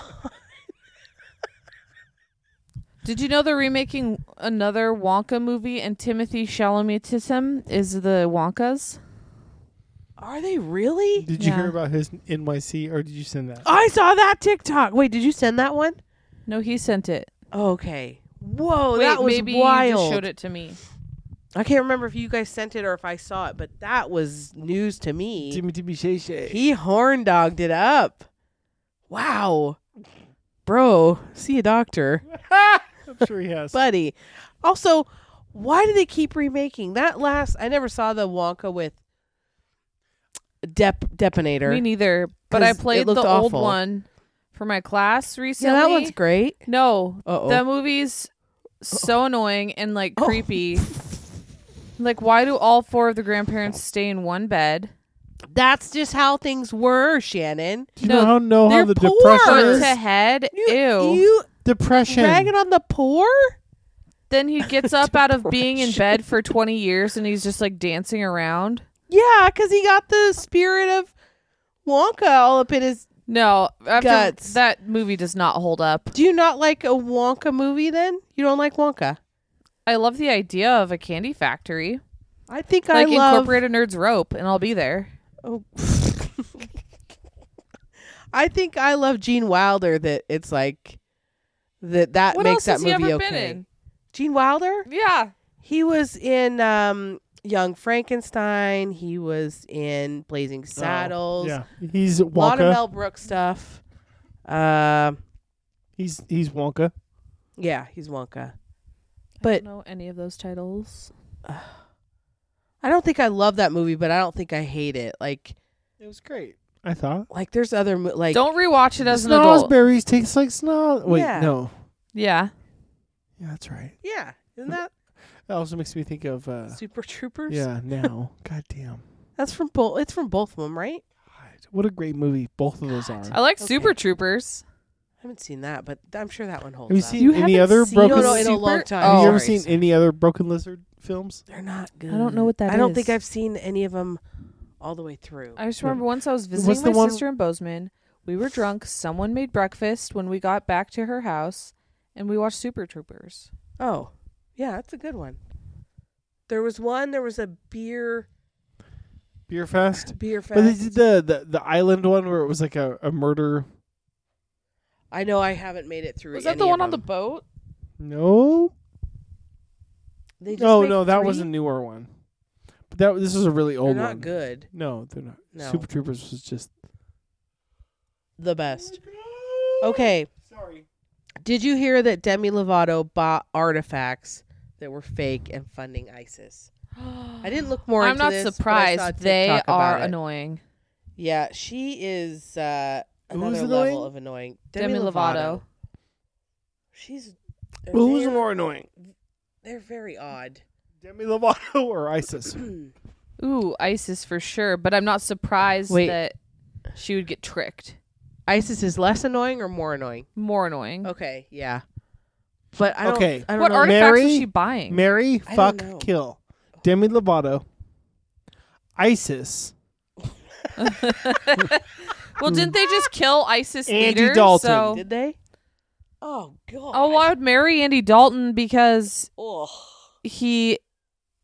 S5: Did you know they're remaking another Wonka movie and Timothy Chalametism is the Wonkas?
S1: Are they really?
S4: Did you hear
S5: Yeah.
S4: about his NYC or did you send that?
S1: I saw that TikTok. Wait, did you send that one?
S5: No, he sent it.
S1: Okay. Whoa,
S5: Wait,
S1: that was
S5: maybe
S1: wild.
S5: You just showed it to me.
S1: I can't remember if you guys sent it or if I saw it, but that was news to me.
S4: Timmy Timmy Shay Shay.
S1: He horn dogged it up. Wow. Bro, see a doctor.
S4: I'm sure he has.
S1: Buddy. Also, why do they keep remaking that last? I never saw the Wonka with Dep Depinator.
S5: Me neither. But I
S1: 'Cause it
S5: played the
S1: looked
S5: old
S1: awful.
S5: one for my class recently.
S1: yeah, that one's great.
S5: No,
S1: Uh oh.
S5: the movie's so annoying and like creepy. Like, why do all four of the grandparents stay in one bed?
S1: That's just how things were, Shannon.
S4: Do you
S5: No,
S4: know how know how
S1: they're
S4: the
S1: poor.
S4: depression
S5: Foot
S4: is?
S5: to head. Ew.
S1: You
S4: Depression.
S1: ragging on the poor?
S5: Then he gets up out of being in bed for 20 years and he's just like dancing around.
S1: Yeah, because he got the spirit of Wonka all up in his.
S5: No, after
S1: Guts.
S5: that movie does not hold up.
S1: Do you not like a Wonka movie then? You don't like Wonka?
S5: I love the idea of a candy factory.
S1: I think
S5: Like
S1: I love.
S5: incorporate a nerd's rope and I'll be there.
S1: Oh. I think I love Gene Wilder that it's like that that
S5: what
S1: makes
S5: else
S1: that
S5: has he
S1: movie
S5: ever
S1: okay.
S5: been
S1: Gene Wilder?
S5: in? Yeah.
S1: He was in um Young Frankenstein, he was in Blazing
S4: Oh,
S1: Saddles.
S4: Yeah, he's
S1: A lot of
S4: Wonka.
S1: Mel Brooks stuff. Um
S4: He's he's Wonka.
S1: yeah, he's Wonka.
S5: I
S1: But
S5: don't know any of those titles.
S1: I don't think I love that movie, but I don't think I hate it. Like
S6: It was great.
S4: I thought.
S1: like there's other mo- like
S5: Don't rewatch it as an adult.
S4: Snozzberries tastes like snoz. Wait,
S1: Yeah.
S4: no.
S5: Yeah.
S4: Yeah, that's right.
S1: Yeah, isn't that
S4: That also makes me think of uh
S1: Super Troopers?
S4: yeah. Now, goddamn,
S1: That's from both it's from both of them, right?
S4: God, what a great movie both of those are.
S5: I like
S1: Okay.
S5: Super Troopers.
S1: I haven't seen that, but I'm sure that one holds
S4: Have you
S1: up.
S4: seen
S5: You
S4: any
S5: haven't
S4: other
S5: seen-
S4: broken?
S1: no, no, in a
S5: Super-
S1: long time.
S5: Oh.
S4: Have you ever
S1: Sorry,
S4: seen
S1: sorry.
S4: any other Broken Lizard films?
S1: They're not good.
S5: I don't know what that
S1: I don't
S5: is.
S1: think I've seen any of them all the way through.
S5: I just remember once I was visiting
S4: What's the
S5: my
S4: one-
S5: sister in Bozeman. We were drunk. Someone made breakfast when we got back to her house, and we watched Super Troopers.
S1: oh, yeah, that's a good one. There was one. There was a beer
S4: Beer Fest.
S1: beer
S4: But they
S1: fest.
S4: did the, the the island one where it was like a, a murder.
S1: I know I haven't made it through.
S5: Was that the
S1: any
S5: one
S1: of
S5: on the
S1: them.
S5: boat?
S4: No,
S1: They just
S4: no,
S1: make
S4: Oh, no, that
S1: three?
S4: was a newer one. But that this is a really
S1: They're
S4: old
S1: not
S4: one.
S1: good.
S4: No, they're not.
S1: No.
S4: Super Troopers was just
S1: The best. Okay. Sorry. Did you hear that Demi Lovato bought artifacts that were fake and funding ISIS? I didn't look more.
S5: I'm
S1: into
S5: not
S1: this, but I saw a
S5: surprised. They
S1: TikTok about
S5: are
S1: it.
S5: annoying.
S1: Yeah, she is uh,
S4: Who's
S1: another
S4: annoying?
S1: level of annoying. Demi, Lovato. She's. They're,
S4: who's
S1: they're,
S4: more annoying,
S1: they're very odd.
S4: Demi Lovato or ISIS?
S5: Ooh, ISIS for sure. But I'm not surprised
S1: Wait.
S5: that she would get tricked.
S1: ISIS is less annoying or more annoying?
S5: More annoying.
S1: Okay, yeah. But I don't.
S4: Okay.
S1: Oh, I don't
S5: What
S1: know.
S5: artifacts
S4: Mary-
S5: was she buying?
S4: Marry,
S1: I
S4: fuck,
S1: don't know.
S4: kill. Demi Lovato, ISIS,
S5: well, didn't they just kill ISIS
S4: Andy
S5: leader?
S4: Dalton.
S5: So,
S1: Did they? Oh god.
S5: oh, well, I would marry Andy Dalton because
S1: Ugh.
S5: he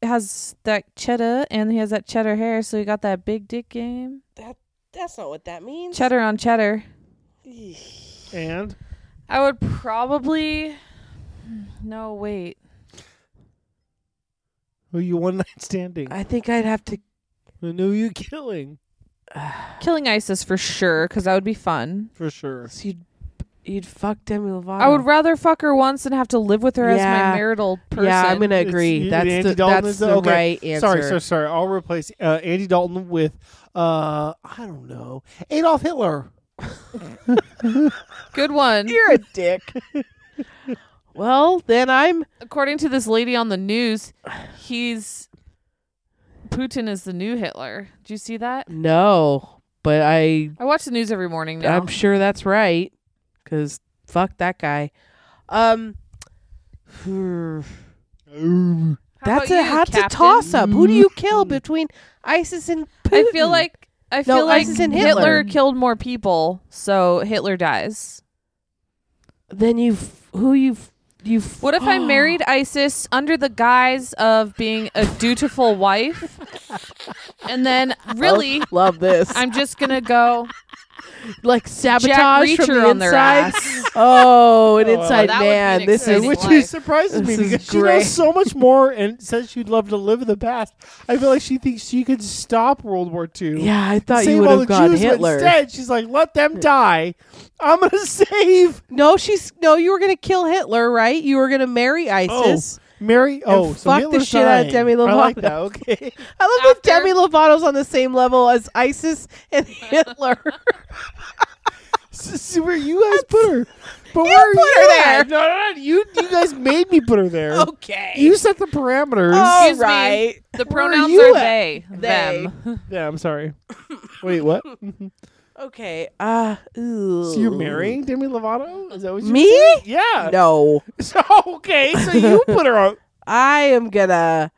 S5: has that cheddar and he has that cheddar hair, so he got that big dick game.
S1: That that's not what that means.
S5: Cheddar on cheddar.
S4: and
S5: I would probably. No, wait.
S4: who you one night standing?
S1: I think I'd have to.
S4: And who you killing
S5: Killing ISIS for sure, because that would be fun.
S4: for sure?
S1: So you'd you'd fuck Demi Lovato.
S5: I would rather fuck her once than have to live with her as
S1: Oh. Yeah.
S5: my marital person.
S1: Yeah, I'm gonna
S4: It's-
S1: agree.
S4: you-
S1: that's
S4: Andy
S1: the,
S4: Dalton
S1: that's
S4: is-
S1: the
S4: okay.
S1: right answer.
S4: Sorry, sorry, sorry. I'll replace uh, Andy Dalton with uh, I don't know, Adolf Hitler.
S5: Good one.
S1: You're a dick. well, then I'm.
S5: According to this lady on the news, he's Putin is the new Hitler. Do you see that?
S1: No, but I
S5: I watch the news every morning now.
S1: I'm sure that's right. Cause fuck that guy. Um,
S5: How about
S1: that's a
S5: you,
S1: that's
S5: Captain? Mm-hmm.
S1: a toss up. Who do you kill between ISIS and Putin?
S5: I feel like I
S1: No,
S5: feel like
S1: ISIS and
S5: Hitler.
S1: Hitler.
S5: killed more people, so Hitler dies.
S1: then you f- who you f- you. F-
S5: What if I married ISIS under the guise of being a dutiful wife? And then really
S1: Oh, Love this.
S5: I'm just going to go
S1: like
S5: Jack
S1: sabotage
S5: Reacher
S1: from the
S5: on their
S1: inside.
S5: ass.
S1: Oh, an
S4: Oh, well,
S1: inside
S5: that would be
S1: man.
S5: an
S1: This
S5: exciting
S1: is
S5: life.
S4: Which is surprises
S1: This
S4: me
S1: is
S4: because she
S1: great.
S4: knows so much more and says she'd love to live in the past. I feel like she thinks she could stop World War II.
S1: yeah. I thought
S4: save
S1: you would
S4: all
S1: have
S4: the
S1: gone
S4: Jews, but
S1: Hitler.
S4: Instead, she's like, "Let them die. I'm gonna save."
S1: No, she's no. You were gonna kill Hitler, right? You were gonna marry ISIS.
S4: Mary, oh, so
S1: fuck the
S4: Hitler's
S1: shit out of
S4: dying.
S1: Demi
S4: I like
S1: Lovato.
S4: that. Okay,
S1: I love that
S5: After-
S1: Demi Lovato's on the same level as ISIS and Hitler.
S4: This is where you guys put her. But where are
S1: put
S4: you
S1: her there.
S4: at? No, no, no. You, you guys made me put her there.
S1: Okay.
S4: You set the parameters.
S1: All
S5: Excuse me.
S1: right.
S5: The pronouns
S4: you
S5: are
S4: at?
S5: they,
S1: They.
S5: them.
S4: Yeah, I'm sorry. Wait, what?
S1: Okay. Uh. Ooh.
S4: So you're marrying Demi Lovato? Is that what you
S1: me?
S4: Yeah.
S1: No.
S4: So, okay, so you put her on.
S1: I am gonna.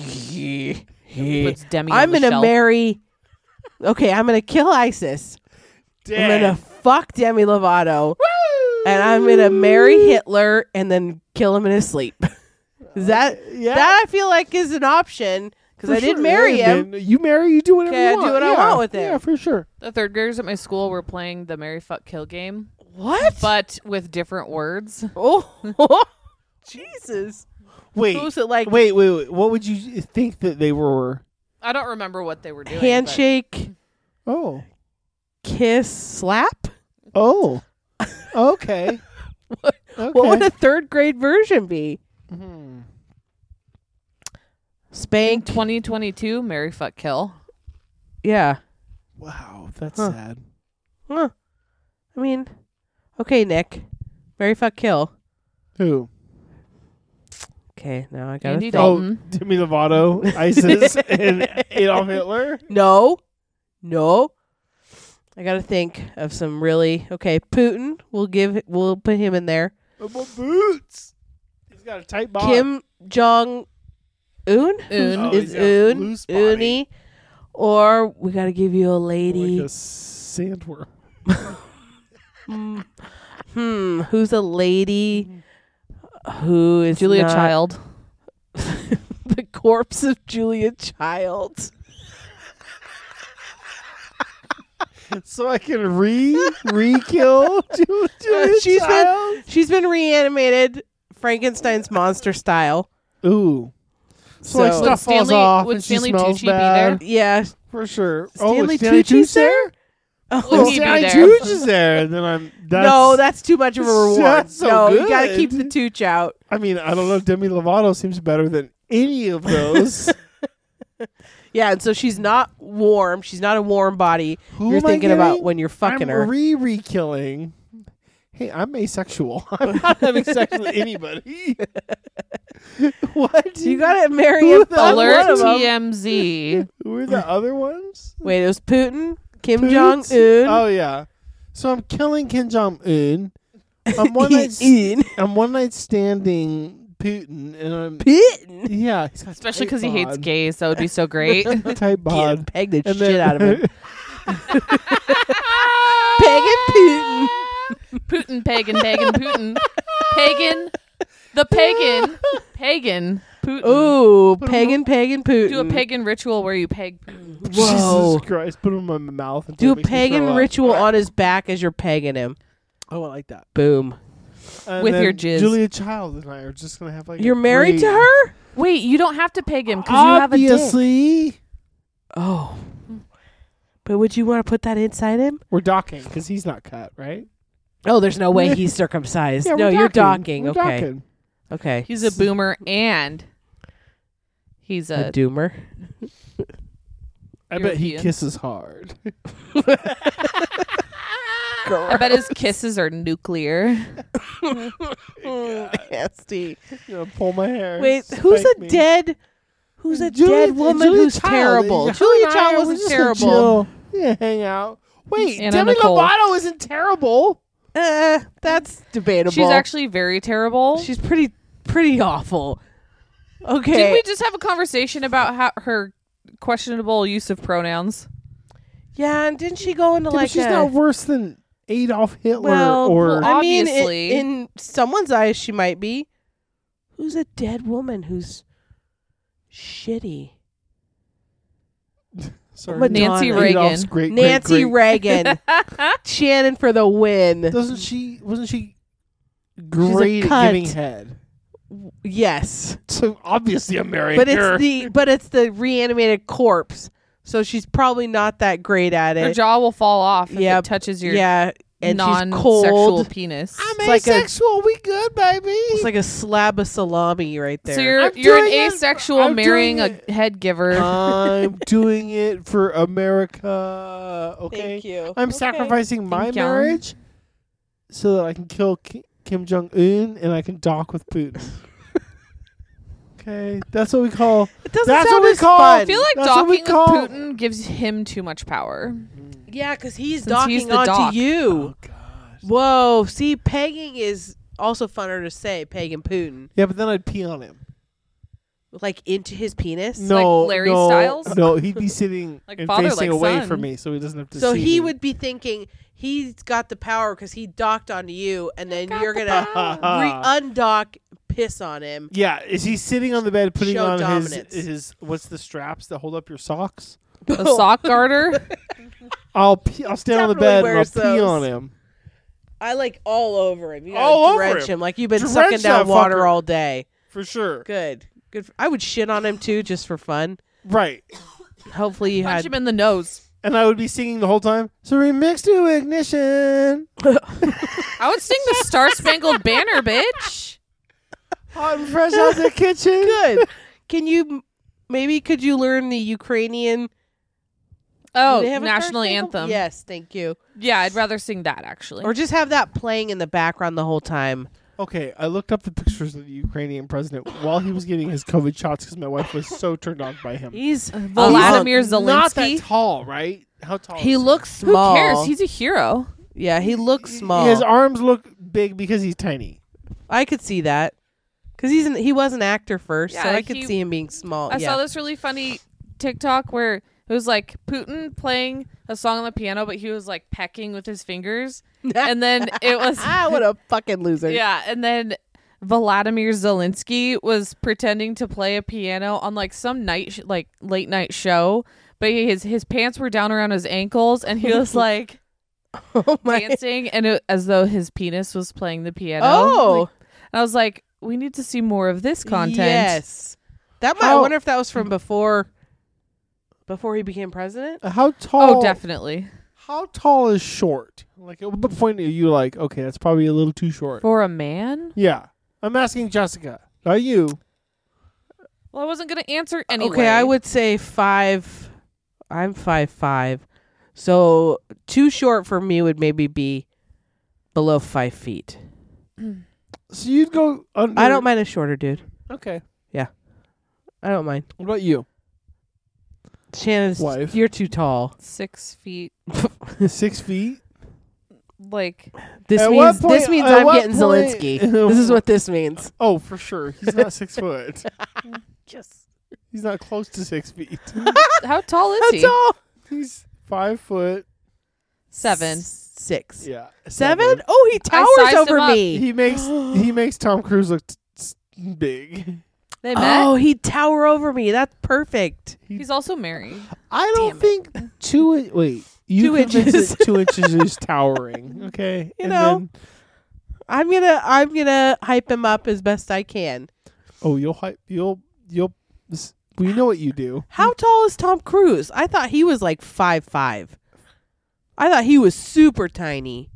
S5: Puts Demi on
S1: I'm
S5: the
S1: gonna
S5: shelf.
S1: marry. Okay, I'm gonna kill ISIS. I'm
S4: Damn.
S1: gonna fuck Demi Lovato, and I'm gonna marry Hitler and then kill him in his sleep. Is that
S4: yeah.
S1: that I feel like is an option because
S4: For
S1: I did
S4: sure.
S1: marry
S4: Yeah,
S1: him.
S4: man, You marry, you do whatever
S1: Okay, I
S4: you
S1: do
S4: want.
S1: what I
S4: Yeah,
S1: want with it.
S4: Yeah, for sure.
S5: The third graders at my school were playing the Mary Fuck Kill game,
S1: What?
S5: but with different words.
S1: oh, Jesus!
S4: Wait.
S1: What was it like?
S4: Wait, wait, wait. What would you think that they were?
S5: I don't remember what they were doing. but-
S1: handshake,
S4: Oh.
S1: kiss, slap.
S4: Oh. Okay. okay.
S1: What would a third grade version be?
S4: Hmm.
S5: In
S1: Spanked.
S5: 2022, Mary Fuck Kill.
S1: Yeah.
S4: Wow, that's
S1: Huh.
S4: sad.
S1: Huh. I mean, okay, Nick. Marry, fuck, kill.
S4: Who?
S1: Okay, now I gotta
S5: Andy
S1: think.
S5: Dalton.
S4: Oh, Demi Lovato, ISIS, and Adolf Hitler.
S1: No, no. I gotta think of some really okay. Putin, we'll give, we'll put him in there.
S4: But my boots. He's got a tight body.
S1: Kim Jong Un
S5: Un.
S4: Oh,
S1: is
S4: he's got a
S1: Un
S4: loose body.
S1: Uni, or we gotta give you a
S4: like
S1: lady.
S4: a sandworm.
S1: Hmm. hmm, who's a lady? Who is
S5: Julia
S1: not-
S5: Child.
S1: the corpse of Julia Child.
S4: So I can re re kill Julia
S1: Uh, she's been-
S4: Child.
S1: She's been reanimated Frankenstein's monster style.
S4: Ooh. So, like
S1: So-
S4: stuff
S5: Would
S4: falls
S5: Stanley-
S4: off
S5: would
S4: and she
S5: Stanley
S4: smells
S5: Tucci be
S4: bad.
S1: Yeah.
S4: For sure. oh,
S1: Stanley
S4: is Stanley
S1: Tucci's
S4: Tucci's
S1: there?
S4: there?
S5: Would
S4: Oh,
S5: he be
S4: Stanley
S5: there?
S4: Tucci's there. And then I'm. That's,
S1: no, that's too much of a
S4: That's
S1: reward.
S4: so
S1: no, you gotta
S4: good.
S1: keep the tooch out.
S4: I mean, I don't know. Demi Lovato seems better than any of those.
S1: Yeah, and so she's not warm. She's not a warm body.
S4: Who
S1: you're
S4: am I
S1: thinking about
S4: getting?
S1: when you're fucking
S4: I'm
S1: her.
S4: Re re killing. Hey, I'm asexual. I'm not having sex with anybody. what?
S1: you gotta marry
S4: Who
S1: and
S4: the
S1: fuck one
S5: Alert
S1: of 'em.
S5: TMZ.
S4: Who are the other ones?
S1: Wait, it was Putin, Kim
S4: Poots?
S1: Jong Un.
S4: Oh yeah. So I'm killing Kim Jong Un. I'm one night. s-
S1: Putin.
S4: I'm one night standing Putin, and I'm
S1: Putin.
S4: yeah. He's got a
S5: Especially
S4: tight
S5: because he hates
S4: bod.
S5: gays. That would be so great.
S4: Tight
S1: Yeah,
S4: bod.
S1: peg the
S4: And
S1: shit
S4: then-
S1: out of him. Peg and Putin.
S5: Putin, pagan, pagan, Putin. Pagan. The pagan. Pagan. Putin.
S1: Ooh, pagan, pagan Oh, Putin.
S5: Do a pagan ritual where you peg Putin.
S1: Whoa.
S4: Jesus Christ! Put him in my mouth. And
S1: Do a pagan ritual on his back as you're pegging him.
S4: Oh, I like that.
S1: Boom.
S4: And
S5: With
S4: then
S5: your jizz.
S4: Julia Child and I are just gonna have like. a
S1: You're married to
S4: great-
S1: her?
S5: Wait, you don't have to peg him because you have a dick.
S4: Obviously,
S1: Oh. But would you want to put that inside him?
S4: we're docking because he's not cut, right?
S1: Oh, there's no way he's circumcised.
S4: Yeah,
S1: no,
S4: we're
S1: you're docking.
S4: docking. We're
S1: okay.
S4: docking.
S1: Okay.
S5: He's a boomer and he's
S1: a
S5: a.
S1: doomer.
S4: I bet he
S5: European.
S4: kisses hard.
S5: I bet his kisses are nuclear.
S1: Nasty.
S4: You know, pull my hair.
S1: Wait, who's
S4: spank
S1: a
S4: me.
S1: dead who's a
S4: Julia-
S1: dead woman
S4: Julia
S1: who's
S4: Child.
S1: terrible?
S4: Her
S1: Julia
S4: and I
S1: Child
S4: were
S1: wasn't
S4: just a
S1: terrible.
S4: chill. Yeah, hang out. Wait,
S5: Anna
S4: Demi
S5: Nicole.
S4: Lovato isn't terrible.
S1: Uh, that's debatable.
S5: She's actually very terrible.
S1: She's pretty pretty awful. Okay.
S5: Did we just have a conversation about how her questionable use of pronouns?
S1: yeah, and didn't she go into
S4: Yeah,
S1: like
S4: but she's
S1: a,
S4: not worse than Adolf Hitler
S1: well,
S4: or
S1: well, I mean, i-
S5: Obviously.
S1: in someone's eyes, she might be. Who's a dead woman who's shitty?
S4: sorry,
S1: Madonna.
S5: Nancy Reagan.
S4: Adolf's great, great,
S1: Nancy
S4: great-
S1: Reagan, Shannon for the win.
S4: Doesn't she? Wasn't she great
S1: cunt.
S4: at giving head?
S1: yes,
S4: So obviously, I'm marrying
S1: but
S4: her.
S1: it's the but it's the reanimated corpse, so she's probably not that great at
S5: Her
S1: it.
S5: jaw will fall off if
S1: Yeah,
S5: it touches your.
S1: yeah, and she's
S5: non-sexual
S1: cold.
S5: penis.
S1: It's like a
S4: asexual. we good, baby.
S1: it's like a slab of salami right there.
S5: So you're
S4: I'm
S5: you're an
S4: doing it.
S5: asexual
S4: I'm
S5: marrying
S4: doing
S5: a head giver.
S4: I'm doing it for America. Okay.
S1: Thank you.
S4: I'm
S1: Okay.
S4: sacrificing my
S5: Kim Jong.
S4: marriage so that I can kill Ki- Kim Jong Un and I can dock with Putin. okay, that's what we call.
S1: It doesn't
S4: That's
S1: sound
S4: what we
S1: as
S4: call-
S1: fun.
S5: I feel like
S4: That's what
S5: docking
S4: we
S5: with
S4: call-
S5: Putin gives him too much power.
S1: yeah, because he's
S5: Since
S1: docking
S5: he's the
S1: onto
S5: doc.
S1: you. Whoa. See, pegging is also funner to say. Pegging Putin,
S4: Yeah, but then I'd pee on him.
S1: like into his penis.
S4: No,
S5: Larry
S4: no,
S5: Styles?
S4: No, he'd be sitting
S5: Like
S4: and
S5: father, like
S4: facing away
S5: son.
S4: from me, so he doesn't have to.
S1: So
S4: see
S1: he
S4: me.
S1: would be thinking he's got the power because he docked onto you, and then you're gonna
S4: Ah.
S1: re- undock, piss on him.
S4: Yeah, is he sitting on the bed putting
S1: Show
S4: on
S1: dominance.
S4: his his what's the straps that hold up your socks?
S5: A
S1: Oh,
S5: sock garter.
S4: I'll pee, I'll stand on the
S1: Definitely
S4: bed and I'll
S1: wears
S4: pee
S1: those.
S4: on him.
S1: I like all over him. You gotta
S4: All over
S1: drench
S4: him.
S1: like you've been
S4: Drench
S1: sucking
S4: that
S1: down water
S4: fucker.
S1: all day.
S4: For sure.
S1: Good, good. For, I would shit on him too, just for fun.
S4: Right.
S1: Hopefully you
S5: Punch
S1: had.
S5: him in the nose.
S4: And I would be singing the whole time. So remix to ignition.
S5: I would sing the Star Spangled Banner, bitch.
S4: Hot and fresh out the kitchen.
S1: Good. Can you? Maybe could you learn the Ukrainian
S5: Oh,
S1: Do they have a
S5: national
S1: Star Spangled-
S5: anthem.
S1: Yes, thank you.
S5: Yeah, I'd rather sing that actually.
S1: Or just have that playing in the background the whole time.
S4: Okay, I looked up the pictures of the Ukrainian president while he was getting his COVID shots because my wife was so turned on by him.
S1: He's
S5: Vladimir
S4: He's Not that
S5: Zelensky.
S4: tall, right? How tall?
S1: He
S4: is
S1: looks
S5: Oh, Who
S1: small.
S5: cares? He's a hero.
S1: yeah, he looks small.
S4: His arms look big because he's tiny.
S1: I could see that because he's an, he was an actor first, so
S5: Yeah,
S1: I could
S5: he-
S1: see him being small.
S5: I
S1: Oh, yeah.
S5: saw this really funny TikTok where it was like Putin playing a song on the piano, but he was like pecking with his fingers, and then it was
S1: ah, what a fucking loser.
S5: yeah, and then Vladimir Zelensky was pretending to play a piano on like some night sh- like late night show, but his his pants were down around his ankles, and he was like
S1: Oh my.
S5: dancing, and it, as though his penis was playing the piano.
S1: oh,
S5: Like, and I was like, we need to see more of this content.
S1: Yes, that might. I
S4: How-
S1: wonder if that was from before, before he became president.
S4: Uh, How tall?
S5: Oh, definitely.
S4: How tall is short? Like at what point are you like, okay, that's probably a little too short?
S5: For a man?
S4: Yeah, I'm asking Jessica, not you.
S5: Well, I wasn't going to answer anyway.
S1: Okay, I would say five. I'm five five, so too short for me would maybe be below five feet.
S4: So you'd go under.
S1: I don't mind a shorter dude.
S4: Okay.
S1: I don't mind.
S4: What about you?
S1: Shannon's
S4: Wife.
S1: you're too tall.
S5: Six feet.
S4: Six feet.
S5: Like,
S1: This
S4: At what
S1: means this
S4: point-
S1: means
S4: at
S1: I'm
S4: what
S1: getting
S4: point-
S1: Zelensky. this is what this means.
S4: Oh, for sure. He's not six foot.
S1: Just
S4: He's not close to six feet.
S5: how tall is he?
S4: He's five foot.
S5: Seven.
S1: S- six,
S4: Yeah,
S1: seven. Oh, he towers
S5: sized him
S1: over
S5: up.
S1: me.
S4: He makes he makes Tom Cruise look t- s- big.
S5: They met.
S1: Oh, he tower over me. That's perfect.
S5: He's also married.
S4: I
S1: Damn
S4: don't think two. in- Wait, you
S1: Two
S4: convinced
S1: inches.
S4: that two inches is towering. Okay,
S1: You
S4: And
S1: know.
S4: then-
S1: I'm gonna I'm gonna hype him up as best I can.
S4: oh, you'll hype. You'll you'll. s- We know what you do.
S1: How tall is Tom Cruise? I thought he was like five five. I thought he was super tiny.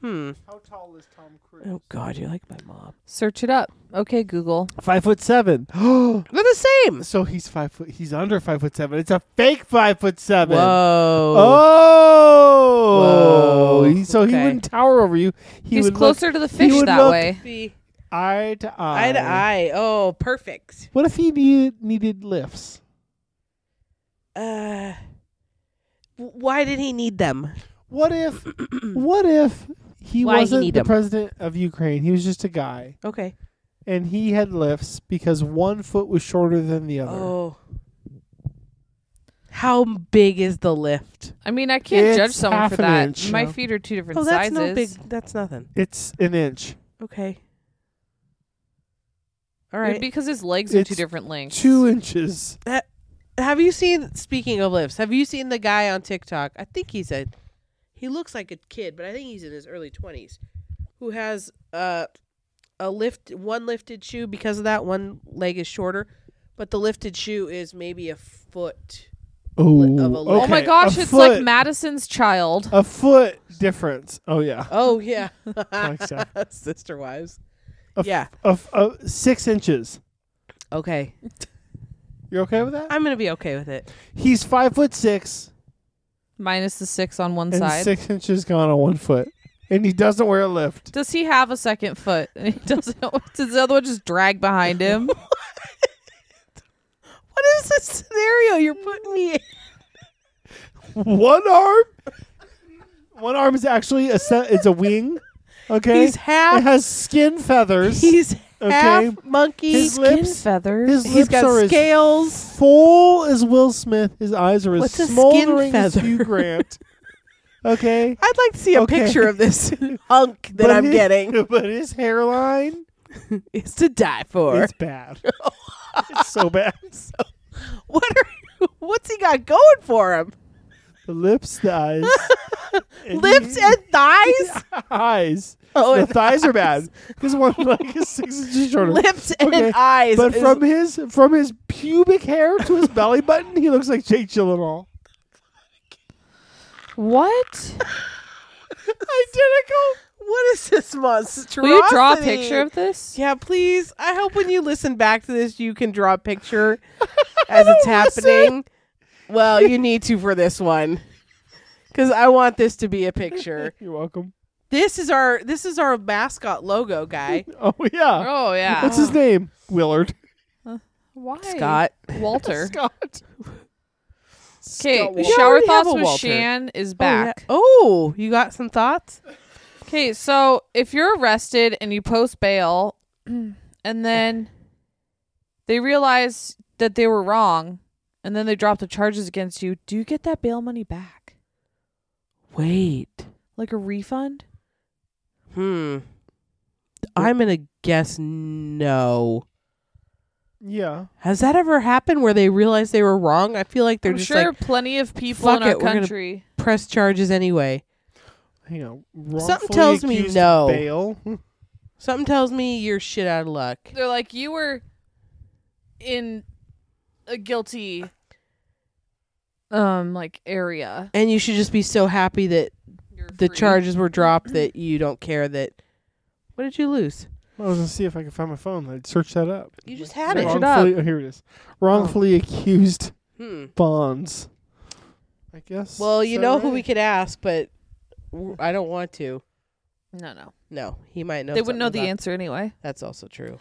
S1: Hmm.
S4: How tall is Tom Cruise?
S1: Oh God, you're like my mom.
S5: Search it up. Okay, Google.
S4: Five foot seven.
S1: They're the same.
S4: so he's five foot. He's under five foot seven. It's a fake five foot seven.
S1: Whoa.
S4: Oh,
S1: Whoa.
S4: He- so he
S1: Okay.
S4: wouldn't tower over you. He
S5: He's
S4: would
S5: closer to the fish
S4: would
S5: that
S4: look-
S5: way.
S1: Be
S4: look eye to eye.
S1: Eye to eye. Oh, perfect.
S4: What if he needed, needed lifts?
S1: Uh, w- why did he need them?
S4: What if? what if he
S1: Mm. Why he
S4: wasn't
S1: need
S4: the
S1: him?
S4: president of Ukraine? He was just a guy,
S1: Okay.
S4: and he had lifts because one foot was shorter than the other.
S1: Oh. How big is the lift?
S5: I mean, I can't
S4: It's
S5: judge someone
S4: half
S5: for
S4: an
S5: that.
S4: inch.
S5: My
S4: No.
S5: feet are two different
S1: Oh, that's
S5: sizes.
S1: no big. That's nothing.
S4: It's an inch,
S1: Okay. All
S5: Maybe
S1: right.
S5: Because his legs are two
S4: It's
S5: different lengths.
S4: two inches.
S1: have you seen? Speaking of lifts, have you seen the guy on TikTok? I think he's a. He looks like a kid, but I think he's in his early twenties, who has uh, a lift one lifted shoe because of that one leg is shorter, but the lifted shoe is maybe a foot foot of a
S4: Oh,
S1: leg.
S5: Oh my
S4: Okay,
S5: gosh,
S4: a
S5: it's like
S4: foot. Uh,
S5: Madison's child.
S4: A foot difference. Oh yeah,
S1: Oh yeah,
S4: Like so.
S1: sister wives.
S4: A f-
S1: yeah.
S4: of uh, six inches.
S1: Okay,
S4: You're okay with that?
S1: I'm gonna be okay with it.
S4: He's five foot six
S5: Minus the six on one
S4: and
S5: side.
S4: six inches gone on one foot, and he doesn't wear a lift.
S5: Does he have a second foot? And he doesn't. Does the other one just drag behind him?
S1: What is this scenario you're putting me in?
S4: One arm. One arm is actually a se- it's a wing. Okay,
S1: He's
S4: it
S1: half.
S4: has skin feathers.
S1: He's half
S4: Okay.
S1: monkey.
S4: His lips-
S5: feathers.
S4: his
S1: he's
S4: lips are
S1: got
S4: as
S1: scales.
S4: full as Will Smith. His eyes are as
S1: What's a skin
S4: smoldering as
S1: feather?
S4: Hugh Grant. Okay,
S1: I'd like to see a
S4: Okay.
S1: picture of this hunk that
S4: But
S1: I'm
S4: his-
S1: getting.
S4: but his hairline
S1: It's to die for.
S4: it's bad. it's so bad.
S1: What are? What's he got going for him?
S4: The lips, the eyes, And
S1: Lips
S4: he-
S1: and thighs.
S4: eyes.
S1: Oh,
S4: the
S1: and
S4: thighs are bad because one leg is six inches shorter.
S1: lips
S4: Okay,
S1: and eyes.
S4: But
S1: is-
S4: from his from his pubic hair to his belly button, he looks like Jake Gyllenhaal.
S5: what?
S1: identical. What is this monstrosity?
S5: Will you draw a picture of this?
S1: Yeah, please. I hope when you listen back to this, you can draw a picture as it's happening. Well, you need to for this one, because I want this to be a picture.
S4: You're welcome.
S1: This is our this is our mascot logo guy,
S4: Oh yeah.
S5: Oh yeah.
S4: What's his name? Willard.
S5: Why?
S1: Scott.
S5: Walter.
S4: Scott.
S5: Okay,
S1: Walter. You
S5: shower
S1: already have
S5: thoughts
S1: a
S5: with
S1: Walter.
S5: Shan is back.
S1: Oh, you got some thoughts?
S5: Okay, so if you're arrested and you post bail, and then they realize that they were wrong, and then they drop the charges against you, do you get that bail money back,
S1: Wait.
S5: like a refund?
S1: Hmm. I'm gonna guess no.
S4: Yeah.
S1: Has that ever happened where they realize they were wrong? I feel like they're
S5: I'm
S1: just
S5: sure
S1: like
S5: plenty of people
S1: "Fuck
S5: in our
S1: it, we're gonna-
S5: country.
S1: press charges anyway.
S4: Hang on. Wrongfully
S1: tells me
S4: accused
S1: no.
S4: Bail.
S1: Something tells me you're shit out of luck.
S5: They're like, you were in a guilty, um, like area.
S1: And you should just be so happy that
S5: You're
S1: the
S5: free.
S1: charges were dropped that you don't care that. What did you lose?
S4: I was gonna see if I could find my phone. I'd search that up.
S1: You just had
S5: it. Search
S1: it. Oh.
S5: Wrong. up.
S4: Wrongfully- oh, here it is. Wrongfully accused
S1: Hmm.
S4: bonds. I guess.
S1: Well, you
S4: so,
S1: know who
S4: right?
S1: we could ask, but w- I don't want to.
S5: No, no,
S1: No, he might know.
S5: they wouldn't know the
S1: something about-
S5: answer anyway.
S1: That's also true.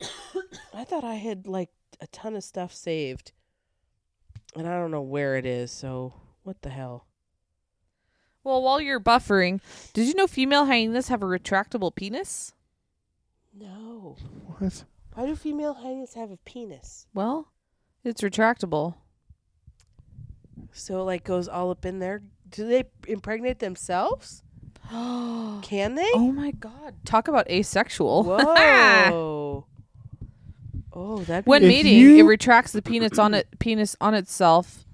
S1: I thought I had like a ton of stuff saved, and I don't know where it is. So what the hell?
S5: Well, while you're buffering, did you know female hyenas have a retractable penis?
S1: No.
S4: What?
S1: Why do female hyenas have a penis?
S5: Well, it's retractable.
S1: So it like goes all up in there. Do they impregnate themselves?
S5: oh
S1: Can they?
S5: my god! Talk about asexual.
S1: Whoa. oh, that
S5: when
S4: If
S5: mating,
S4: you-
S5: it retracts the penis on it penis on itself.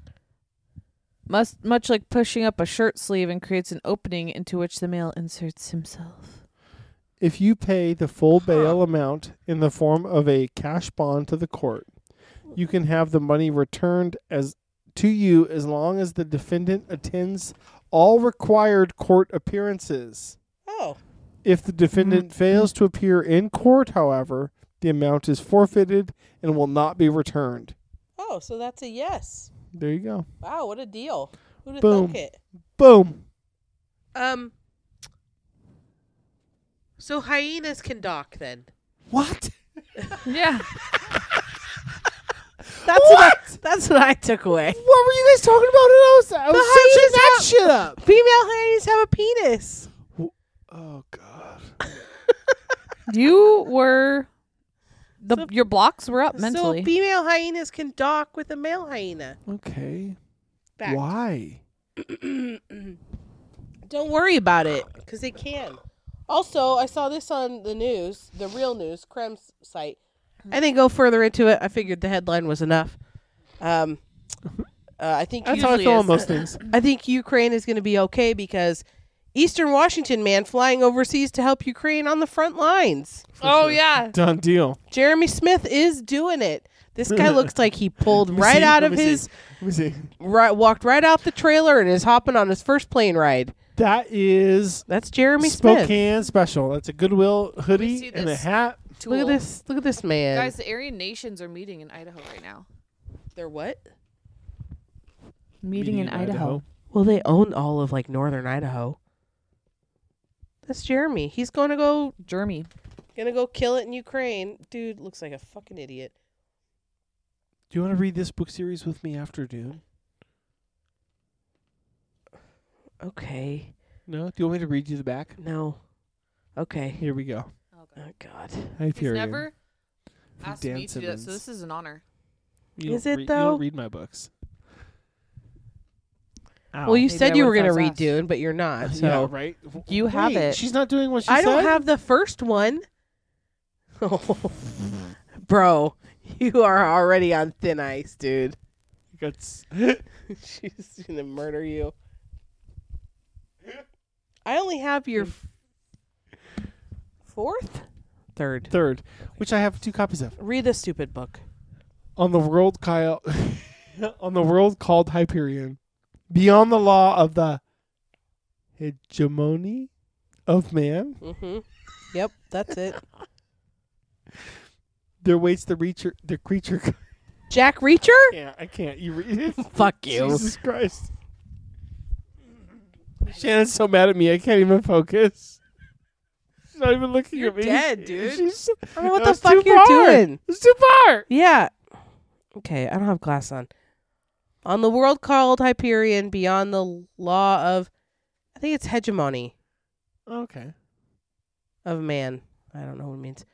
S5: Must much like pushing up a shirt sleeve and creates an opening into which the male inserts himself.
S4: If you pay the full bail amount in the form of a cash bond to the court, you can have the money returned as to you as long as the defendant attends all required court appearances.
S1: Oh.
S4: If the defendant
S1: Mm-hmm.
S4: fails to appear in court, however, the amount is forfeited and will not be returned.
S1: Oh, so that's a yes.
S4: There you go.
S1: Wow, what a deal. Who'd have
S4: Boom.
S1: thunk it?
S4: Boom.
S1: Um So hyenas can dock then.
S4: What?
S5: Yeah.
S1: That's what, I, that's what I took away.
S4: What were you guys talking about? And I was, I
S1: The
S4: was searching
S1: hyenas
S4: that
S1: have-
S4: shit up.
S1: Female hyenas have a penis.
S4: Oh God.
S5: you were the your blocks were up mentally.
S1: So female hyenas can dock with a male hyena.
S4: Okay.
S1: Back.
S4: Why?
S1: Don't worry about it because they can. Also, I saw this on the news, the real news, Krem's site. I didn't go further into it. I figured the headline was enough. Um, uh, I think
S4: That's how I
S1: usually
S4: feel on
S1: is-
S4: most things.
S1: I think Ukraine is going to be okay because Eastern Washington man flying overseas to help Ukraine on the front lines.
S5: oh yeah.
S4: Done deal.
S1: Jeremy Smith is doing it. This guy looks like he pulled
S4: me
S1: right
S4: see,
S1: out
S4: let
S1: of
S4: me see.
S1: his
S4: Let me see.
S1: right, walked right out the trailer and is hopping on his first plane ride.
S4: That is
S1: That's Jeremy Smith.
S4: Spokane special. That's a Goodwill
S5: see
S4: hoodie and a
S5: this.
S4: hat.
S1: Look at this! Look at this man.
S5: Guys, the Aryan nations are meeting in Idaho right now.
S1: they're what?
S5: Meeting, in, Idaho.
S1: Well, they own all of like northern Idaho. That's Jeremy. He's gonna go
S5: Jeremy.
S1: gonna go kill it in Ukraine. Dude looks like a fucking idiot.
S4: Do you want to read this book series with me after Dune?
S1: Okay.
S4: No. Do you want me to read you the back?
S1: No. Okay.
S4: Here we go.
S5: Oh, God.
S1: Oh God.
S4: Hyperion.
S5: He's never
S4: From
S5: asked
S4: Dan
S5: me to do that, so
S4: Simmons.
S5: this is an honor.
S4: You
S1: Is
S4: don't
S1: it,
S4: read- You
S1: though?
S4: don't read my books.
S1: Well,
S5: Maybe
S1: you said
S5: I
S1: you were
S5: would've
S1: gonna read
S5: thought so.
S1: Dune, but you're not. So
S4: yeah, right. W-
S5: You have
S4: wait,
S5: it.
S4: She's not doing what she
S1: I
S4: said.
S1: don't have the first one. Bro, you are already on thin ice, dude.
S4: That's
S1: She's gonna murder you. I only have your f- fourth, third.
S4: third, which I have two copies of.
S1: Read the stupid book.
S4: on the world Kyle on the world called Hyperion, beyond the law of the hegemony of man,
S1: Mm-hmm. Yep, that's it.
S4: there waits the reacher the creature.
S1: Jack Reacher.
S4: Yeah, I can't. You read it.
S1: Fuck you.
S4: Jesus Christ. Shannon's so mad at me, I can't even focus. She's not even looking
S1: You're
S4: at me.
S1: dead, dude.
S4: She's,
S1: I don't know what
S4: That
S1: the
S4: was too
S1: fuck
S4: far.
S1: you're doing.
S4: it's too far.
S1: Yeah. Okay, I don't have glass on. On the world called Hyperion, beyond the law of, I think it's hegemony
S4: Okay.
S1: of man. I don't know what it means.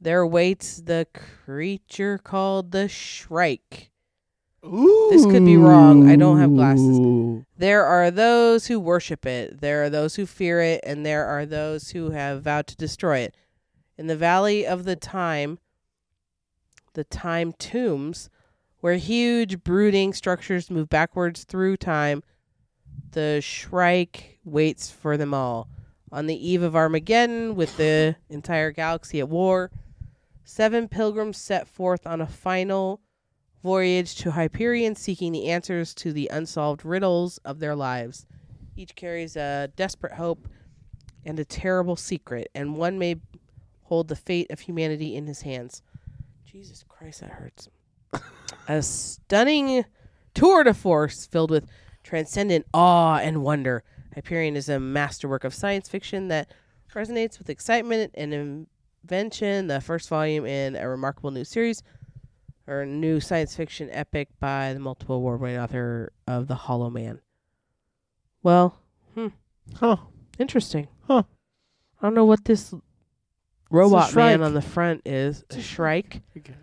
S1: There waits the creature called the Shrike.
S4: Ooh.
S1: This could be wrong. I don't have glasses. There are those who worship it, there are those who fear it, and there are those who have vowed to destroy it. In the valley of the time, the time tombs, where huge brooding structures move backwards through time, the Shrike waits for them all. On the eve of Armageddon, with the entire galaxy at war, seven pilgrims set forth on a final voyage to Hyperion seeking the answers to the unsolved riddles of their lives. Each carries a desperate hope and a terrible secret, and one may hold the fate of humanity in his hands. Jesus Christ, that hurts. a stunning tour de force filled with transcendent awe and wonder. Hyperion is a masterwork of science fiction that resonates with excitement and invention, the first volume in a remarkable new series or new science fiction epic by the multiple award winning author of The Hollow Man. Well, hmm.
S4: Huh.
S1: interesting.
S4: Huh.
S1: I don't know what this robot
S4: shrike.
S1: man on the front is. A shrike?
S4: I guess.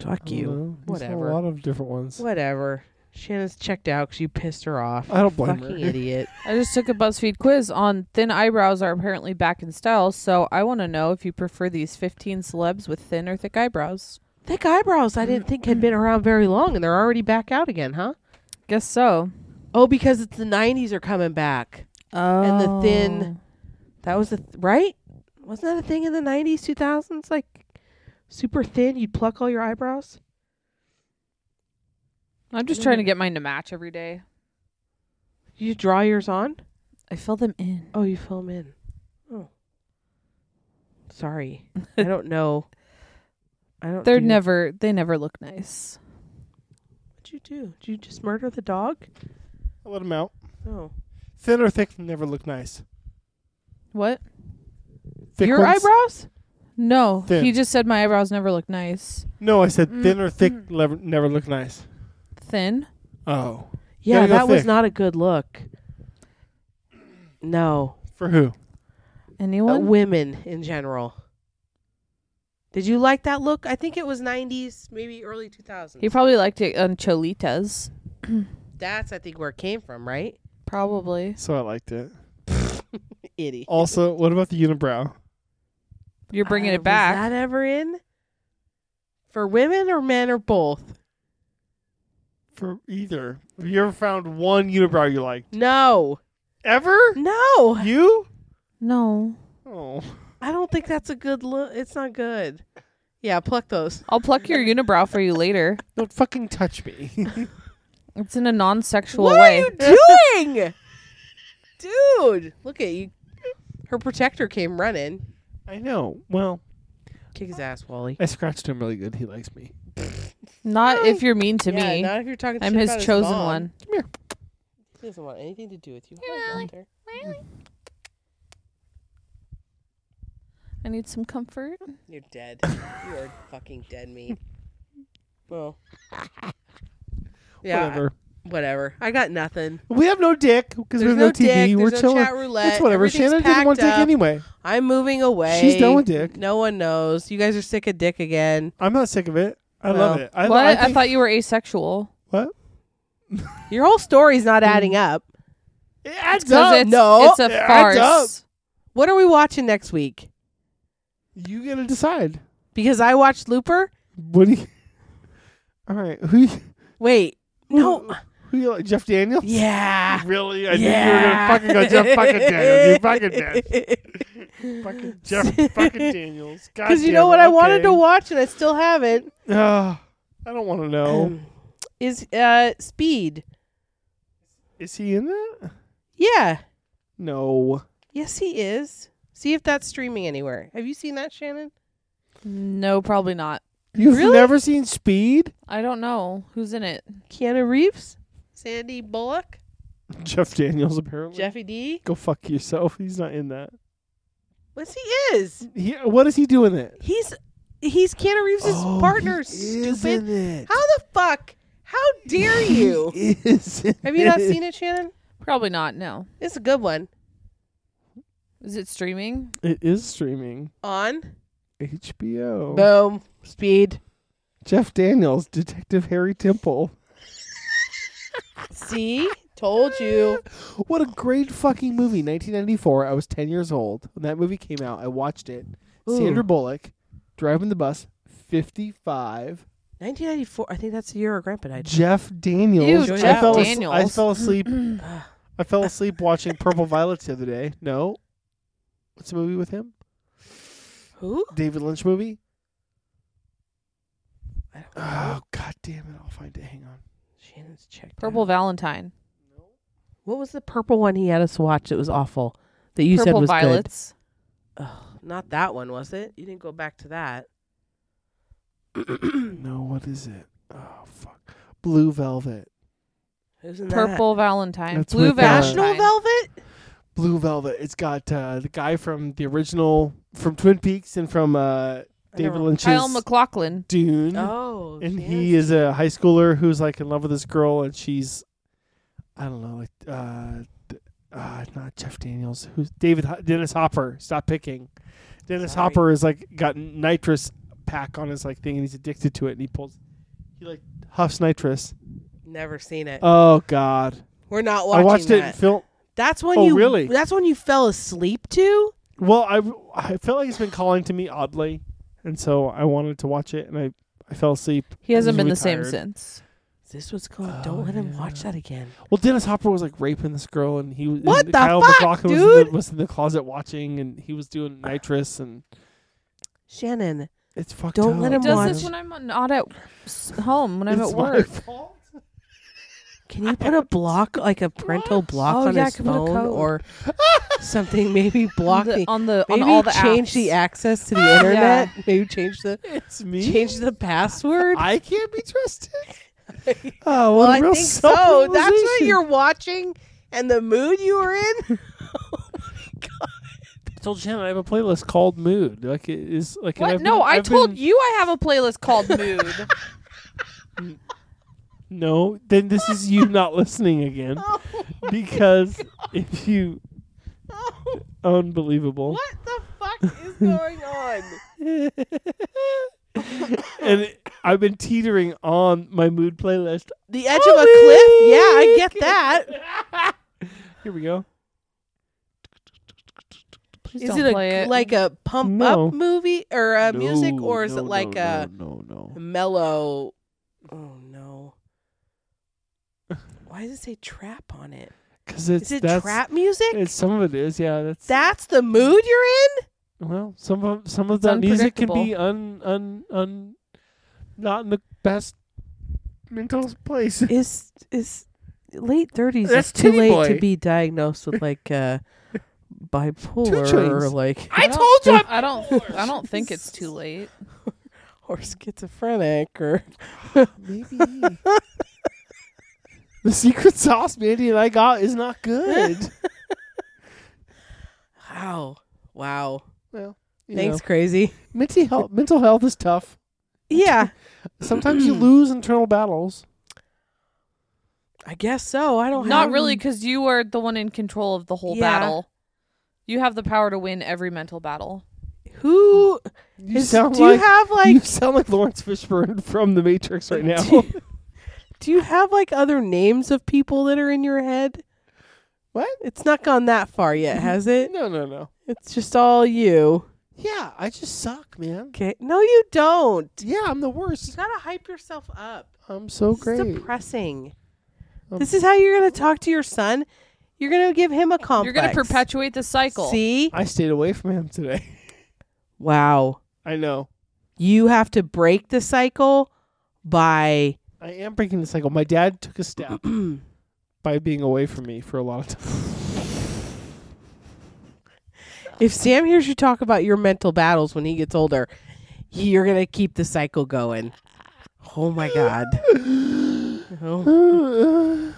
S1: Fuck
S4: I
S1: you.
S4: don't know. He's got
S1: Whatever.
S4: Uh, A lot of different ones.
S1: Whatever. Shannon's checked out because you pissed her off.
S4: Mm. I don't blame
S1: Fucking
S4: her.
S1: idiot.
S5: I just took a BuzzFeed quiz on thin eyebrows are apparently back in style, so I want to know if you prefer these 15 celebs with thin or thick eyebrows.
S1: Thick eyebrows I didn't think had been around very long and they're already back out again, huh?
S5: Guess so.
S1: Oh, because it's the 90s are coming back.
S5: Oh.
S1: And the thin- That was the, th- right? Wasn't that a thing in the 90s, 2000s? Like super thin, you'd pluck all your eyebrows?
S5: I'm just trying to get mine to match every day.
S1: You draw yours on?
S5: I fill them in.
S1: Oh, you fill 'em in. Oh. Sorry. I don't know. I don't
S5: They're
S1: do-
S5: never they never look nice.
S1: What'd you do? Did you just murder the dog?
S4: I let him out.
S1: Oh.
S4: Thin or thick never look nice.
S5: What?
S4: Thick
S1: Your
S4: ones-
S1: eyebrows?
S5: No.
S4: Thin.
S5: He just said my eyebrows never look nice.
S4: No, I said thin or thick
S1: Mm-hmm.
S4: lever- never look nice.
S5: Thin?
S4: Oh,
S1: Yeah,
S4: Gotta go
S1: that was
S4: thick.
S1: not a good look. No.
S4: for who?
S1: Uh,
S5: Anyone?
S1: women in general. Did you like that look? I think it was 90s, maybe early 2000s.
S5: he probably liked it on Cholitas.
S1: That's I think where it came from, right?
S5: Probably.
S4: So I liked it.
S1: Itty.
S4: Also, what about the unibrow?
S5: You're bringing
S1: Uh,
S5: it back.
S1: Was that ever in? For women or men or both?
S4: For either, have you ever found one unibrow you liked?
S1: No.
S4: Ever?
S1: No.
S4: You?
S5: no.
S4: Oh,
S1: I don't think that's a good look. It's not good.
S7: Yeah, pluck those.
S5: I'll pluck your unibrow for you later.
S4: Don't fucking touch me.
S5: It's in a non-sexual
S7: What
S5: way.
S7: are you doing? Dude, look at you.
S1: Her protector came running.
S4: I know. Well,
S1: Kick his ass, Wally.
S4: I scratched him really good. He likes me.
S5: Not if you're mean to
S1: yeah,
S5: me.
S1: not if you're talking.
S5: I'm
S1: shit
S5: his
S1: about
S5: chosen
S1: mom.
S5: one.
S1: He doesn't want anything to do with you. Hi, Walter.
S5: I need some comfort.
S1: You're dead. you are fucking dead, me. Well. Yeah, I-
S4: Whatever.
S1: whatever. I got nothing.
S4: We have no dick because we
S1: There's
S4: have
S1: no
S4: no,
S1: dick,
S4: TV. We're
S1: there's no
S4: chilling.
S1: chat roulette,
S4: It's whatever.
S1: everything's
S4: Shannon didn't
S1: packed
S4: want dick
S1: up.
S4: anyway.
S1: I'm moving away.
S4: She's done with dick.
S1: No one knows. You guys are sick of dick again.
S4: I'm not sick of it. I love
S1: Well,
S4: it. I,
S5: what?
S4: I,
S5: I,
S4: think-
S5: thought you were asexual.
S4: what?
S1: Your whole story's not adding up.
S4: It adds
S5: Because
S4: up.
S5: it's,
S1: no,
S5: it's a
S4: yeah,
S5: farce.
S4: it's
S1: What are we watching next week?
S4: You gotta decide.
S1: Because I watched Looper.
S4: What do you? All right. Who? You,
S1: Wait, no.
S4: Who, who you like? Jeff Daniels?
S1: Yeah.
S4: Really? I
S1: yeah.
S4: knew you were gonna fucking go Jeff fucking Daniels. You fucking dead. Fucking Jeff fucking Daniels.
S1: Because you know what I wanted to watch and I still haven't
S4: Uh, I don't want to know.
S1: um, is uh Speed.
S4: Is he in that?
S1: Yeah.
S4: No.
S1: Yes, he is. See if that's streaming anywhere. Have you seen that, Shannon?
S5: No, probably not.
S4: You've
S1: Really?
S4: never seen Speed?
S5: I don't know who's in it.
S1: Keanu Reeves, Sandy Bullock,
S4: Jeff Daniels apparently.
S1: Jeffy D.
S4: Go fuck yourself. He's not in that.
S1: Yes, he is.
S4: He, what is he doing it?
S1: He's he's Keanu Reeves'
S4: Oh,
S1: partner.
S4: he is in
S1: Stupid.
S4: it.
S1: How the fuck? How dare you?
S4: He is in
S1: Have you not
S4: it.
S1: seen it, Shannon?
S5: Probably not. No.
S1: It's a good one.
S5: Is it streaming?
S4: It is streaming.
S1: On
S4: HBO.
S1: boom speed.
S4: Jeff Daniels, Detective Harry Temple.
S1: See, told you.
S4: What a great fucking movie. 1994. I was 10 years old when that movie came out. I watched it. Sandra Bullock driving the bus, 55.
S1: 1994. I think that's the year our grandpa died.
S4: Jeff Daniels.
S5: Ew,
S4: I
S5: Jeff
S4: fell as-
S5: Daniels.
S4: I fell asleep. I fell asleep watching Purple Violets the other day. No. What's the movie with him?
S1: Who?
S4: David Lynch movie? Oh, god damn it. I'll find it. Hang on.
S1: Shannon's checked.
S5: Purple Valentine.
S1: What was the purple one he had us watch? It was awful. That you
S5: Purple
S1: said was
S5: Violets.
S1: good. Not that one, was it? You didn't go back to that. Mm.
S4: No, what is it? Oh, fuck. Blue Velvet.
S1: Who's in
S5: Purple Valentine.
S4: That's
S5: Blue
S4: with, uh,
S1: that?
S5: Valentine.
S1: National Velvet?
S4: Blue Velvet. It's got uh, the guy from the original, from Twin Peaks and from uh, David
S1: never-
S4: Lynch's
S5: Kyle McLaughlin.
S4: Dune.
S1: Oh,
S4: and
S1: yes.
S4: he is a high schooler who's like in love with this girl, and she's, I don't know, like, uh, th- uh not Jeff Daniels, who's David Ho- Dennis Hopper. Stop picking. Dennis
S1: Sorry.
S4: Hopper is like got nitrous pack on his like thing, and he's addicted to it, and he pulls, he like huffs nitrous.
S1: never seen it.
S4: Oh God,
S1: We're not watching
S4: I watched it.
S1: that.
S4: in Film.
S1: That's when
S4: Oh,
S1: you
S4: really? Oh,
S1: That's when you fell asleep to.
S4: Well, I I felt like it's been calling to me oddly, and so I wanted to watch it, and I I fell asleep.
S5: He hasn't
S4: I was
S5: been
S4: really
S5: the same
S4: tired.
S5: since.
S1: This was going. Don't let him watch that again.
S4: Well, Dennis Hopper was like raping this girl, and he was
S1: What
S4: and
S1: the
S4: Kyle
S1: fuck,
S4: MacLachlan was in, the,
S1: dude?
S4: was in the closet watching, and he was doing nitrous, and
S1: Shannon,
S4: it's fucked
S1: Don't
S4: up.
S1: let him
S5: Does
S1: watch.
S5: this when I'm not at s- home, when I'm
S4: It's
S5: at
S4: my
S5: work.
S4: fault.
S1: can you put a block, like a parental block,
S5: Oh,
S1: on
S5: yeah, I
S1: his
S5: can put a
S1: phone
S5: code.
S1: or something? Maybe block
S5: on the,
S1: the.
S5: on, the, on
S1: Maybe
S5: all the
S1: change
S5: apps.
S1: the access to the internet. Maybe change the
S4: It's me.
S1: change the password.
S4: I can't be trusted. oh, what
S1: well,
S4: a
S1: I
S4: real
S1: think so. That's what
S4: self-realization.
S1: you're watching and the mood you were in. Oh,
S4: I told Shannon I have a playlist called Mood. Like it is like. and
S5: What?
S4: I've
S5: no,
S4: been-
S5: I
S4: I've
S5: told
S4: been-
S5: you I have a playlist called Mood.
S4: No, then this is you not listening again,
S1: Oh
S4: because if you, unbelievable.
S1: what the fuck is going on?
S4: and it- I've been teetering on my mood playlist.
S1: The edge of a cliff. Yeah, I get that.
S4: Here we go.
S5: Please
S1: Is
S5: don't
S1: it a
S5: play
S1: g-
S5: it.
S1: like a pump
S4: No.
S1: up movie or a music, or is it like a
S4: no, no,
S1: mellow? Oh no! Why does it say trap on it?
S4: Because it's
S1: Is it
S4: that's,
S1: trap music?
S4: It's some of it is yeah. That's
S1: That's the mood you're in.
S4: Well, some of some of
S5: It's
S4: that music can be un un un not in the best mental place.
S1: is is late thirties.
S4: That's
S1: It's too
S4: Titty
S1: late
S4: Boy.
S1: to be diagnosed with like uh, bipolar
S4: Chainz.
S1: or like
S5: I, told you. I don't. I don't think it's too late.
S1: or schizophrenic or
S4: Maybe the secret sauce Mandy and I got is not good.
S1: wow, wow.
S4: You
S1: Thanks, crazy.
S4: know, mental health. Mental health is tough.
S1: Yeah,
S4: Sometimes you lose internal battles.
S1: I guess so. I don't.
S5: Not
S1: have
S5: really, because you were the one in control of the whole
S1: Yeah.
S5: battle. You have the power to win every mental battle.
S1: Who
S4: You
S1: is-
S4: sound
S1: do
S4: like
S1: you have
S4: you
S1: like
S4: sound like Lawrence Fishburne from The Matrix right now.
S1: do, do you have like other names of people that are in your head?
S4: What? Mm-hmm.
S1: It's not gone that far yet, has it?
S4: no, no, no.
S1: It's just all you.
S4: Yeah, I just suck, man.
S1: Okay. No, you don't.
S4: Yeah, I'm the
S1: You
S4: worst.
S1: gotta hype yourself up.
S4: I'm so
S1: This is
S4: Oh, great.
S1: depressing.
S4: Um,
S1: this is how you're gonna talk to your son. You're gonna give him a complex.
S5: You're going to perpetuate the cycle.
S1: See?
S4: I stayed away from him today.
S1: Wow.
S4: I know.
S1: You have to break the cycle by
S4: I am breaking the cycle. My dad took a step by being away from me for a lot of time.
S1: if Sam hears you talk about your mental battles when he gets older, you're gonna keep the cycle going. Oh my god. Oh.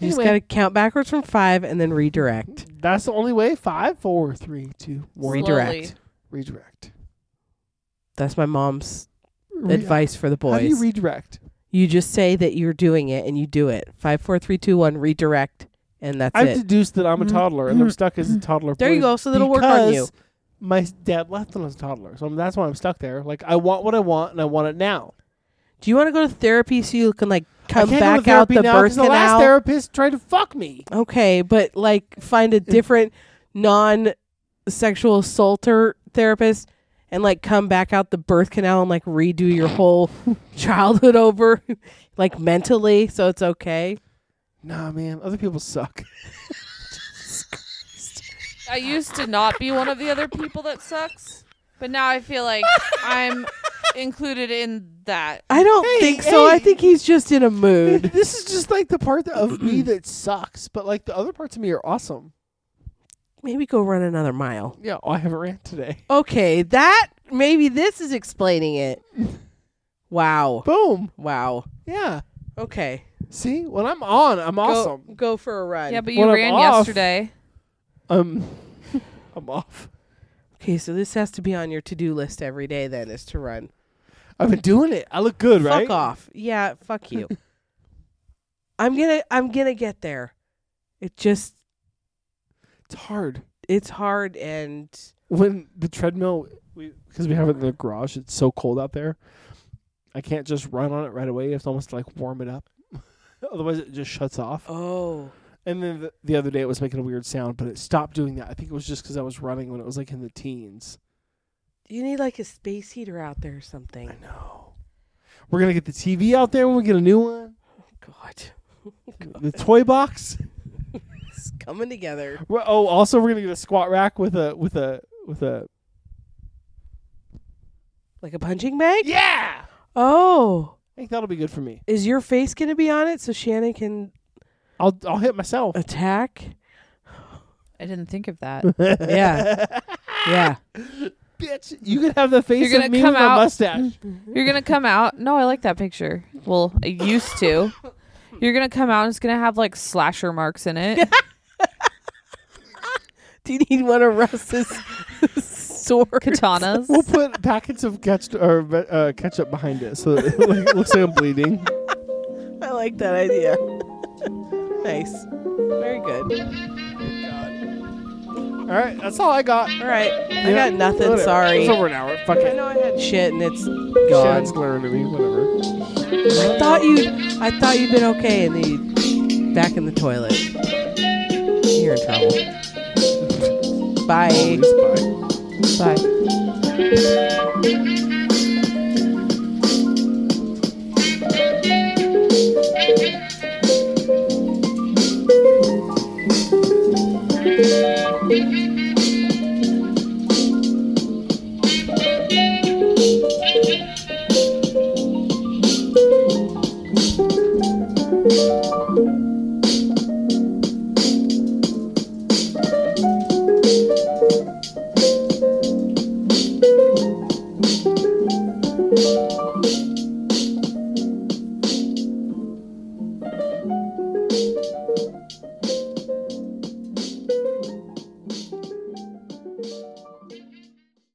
S1: You just
S4: Anyway.
S1: gotta count backwards from five and then redirect.
S4: That's the only way. Five, four, three, two, one.
S5: Slowly.
S1: Redirect.
S4: Redirect.
S1: That's my mom's
S4: Re-
S1: advice for the
S4: How
S1: boys.
S4: do you redirect?
S1: You just say that you're doing it and you do it. Five, four, three, two, one, redirect, and that's
S4: I've
S1: it. Mm-hmm.
S4: deduced that I'm a toddler and I'm stuck as a toddler.
S1: There you
S4: boy
S1: go, so that'll work on
S4: because My s- dad left when I was a toddler, so I'm- that's why I'm stuck there. Like I want what I want and I want it now.
S1: do you want to go to therapy so you can like
S4: I
S1: come
S4: can't go to
S1: back out
S4: therapy
S1: the
S4: now
S1: birth
S4: 'cause the last
S1: canal?
S4: therapist tried to fuck me.
S1: okay, but like find a different non-sexual assaulter therapist and like come back out the birth canal and like redo your whole childhood over, like mentally, so it's okay.
S4: Nah, man, other people suck.
S5: I used to not be one of the other people that sucks, but now I feel like I'm included in that.
S1: I don't
S4: Hey,
S1: think so. I
S4: hey.
S1: think he's just in a mood.
S4: this is just like the part of me that sucks, but like the other parts of me are awesome.
S1: Maybe go run another mile.
S4: Yeah, oh, I have a rant today.
S1: Okay, that maybe this is explaining it. Wow.
S4: Boom.
S1: Wow.
S4: Yeah.
S1: Okay.
S4: See, when I'm on, I'm
S1: Go-
S4: awesome.
S1: Go, for a run.
S5: Yeah, but
S4: When
S5: you
S4: I'm
S5: ran
S4: off-
S5: yesterday.
S4: Um, I'm off.
S1: okay, so this has to be on your to-do list every day then is to run.
S4: I've been doing it. I look good, right?
S1: Fuck off. Yeah, fuck you. I'm going to I'm going to get there. It just
S4: It's hard
S1: it's hard and
S4: when the treadmill because we, have it in the garage. It's so cold out there. I can't just run on it right away. It's almost like warm it up. Otherwise, it just shuts off.
S1: oh,
S4: And then the, the other day, it was making a weird sound, but it stopped doing that. I think it was just because I was running when it was like in the teens.
S1: you need like a space heater out there or something.
S4: I know. We're gonna get the TV out there when we get a new one.
S1: God.
S4: The toy box.
S1: It's coming together.
S4: We're- oh, also we're gonna get a squat rack with a with a with a
S1: Like a punching bag?
S4: yeah.
S1: Oh.
S4: I think that'll be good for me.
S1: Is your face going to be on it so Shannon can
S4: I'll I'll hit myself.
S1: attack?
S5: I didn't think of that.
S1: Yeah. yeah.
S4: Bitch, you could have the face
S5: You're
S4: of
S5: gonna
S4: me
S5: come
S4: with a
S5: out-
S4: mustache.
S5: You're gonna come out. No, I like that picture. Well, I used to. You're gonna come out and it's gonna have like slasher marks in it.
S1: Do you need one of Russ's swords?
S5: Katanas.
S4: We'll put packets of ketchup or uh, ketchup behind it so that it like, looks like I'm bleeding.
S1: I like that idea. nice. Very good.
S4: All right, that's all I got.
S1: All right. I
S4: Yeah,
S1: got nothing.
S4: whatever.
S1: Sorry.
S4: It's over an hour. Fuck
S1: I
S4: it.
S1: know I had shit and it's gone.
S4: Shannon's glaring at me. Whatever.
S1: I thought you I thought you'd been okay and then you back in the toilet. You're in trouble. Bye.
S4: Please, bye.
S1: Bye.
S8: Thank you.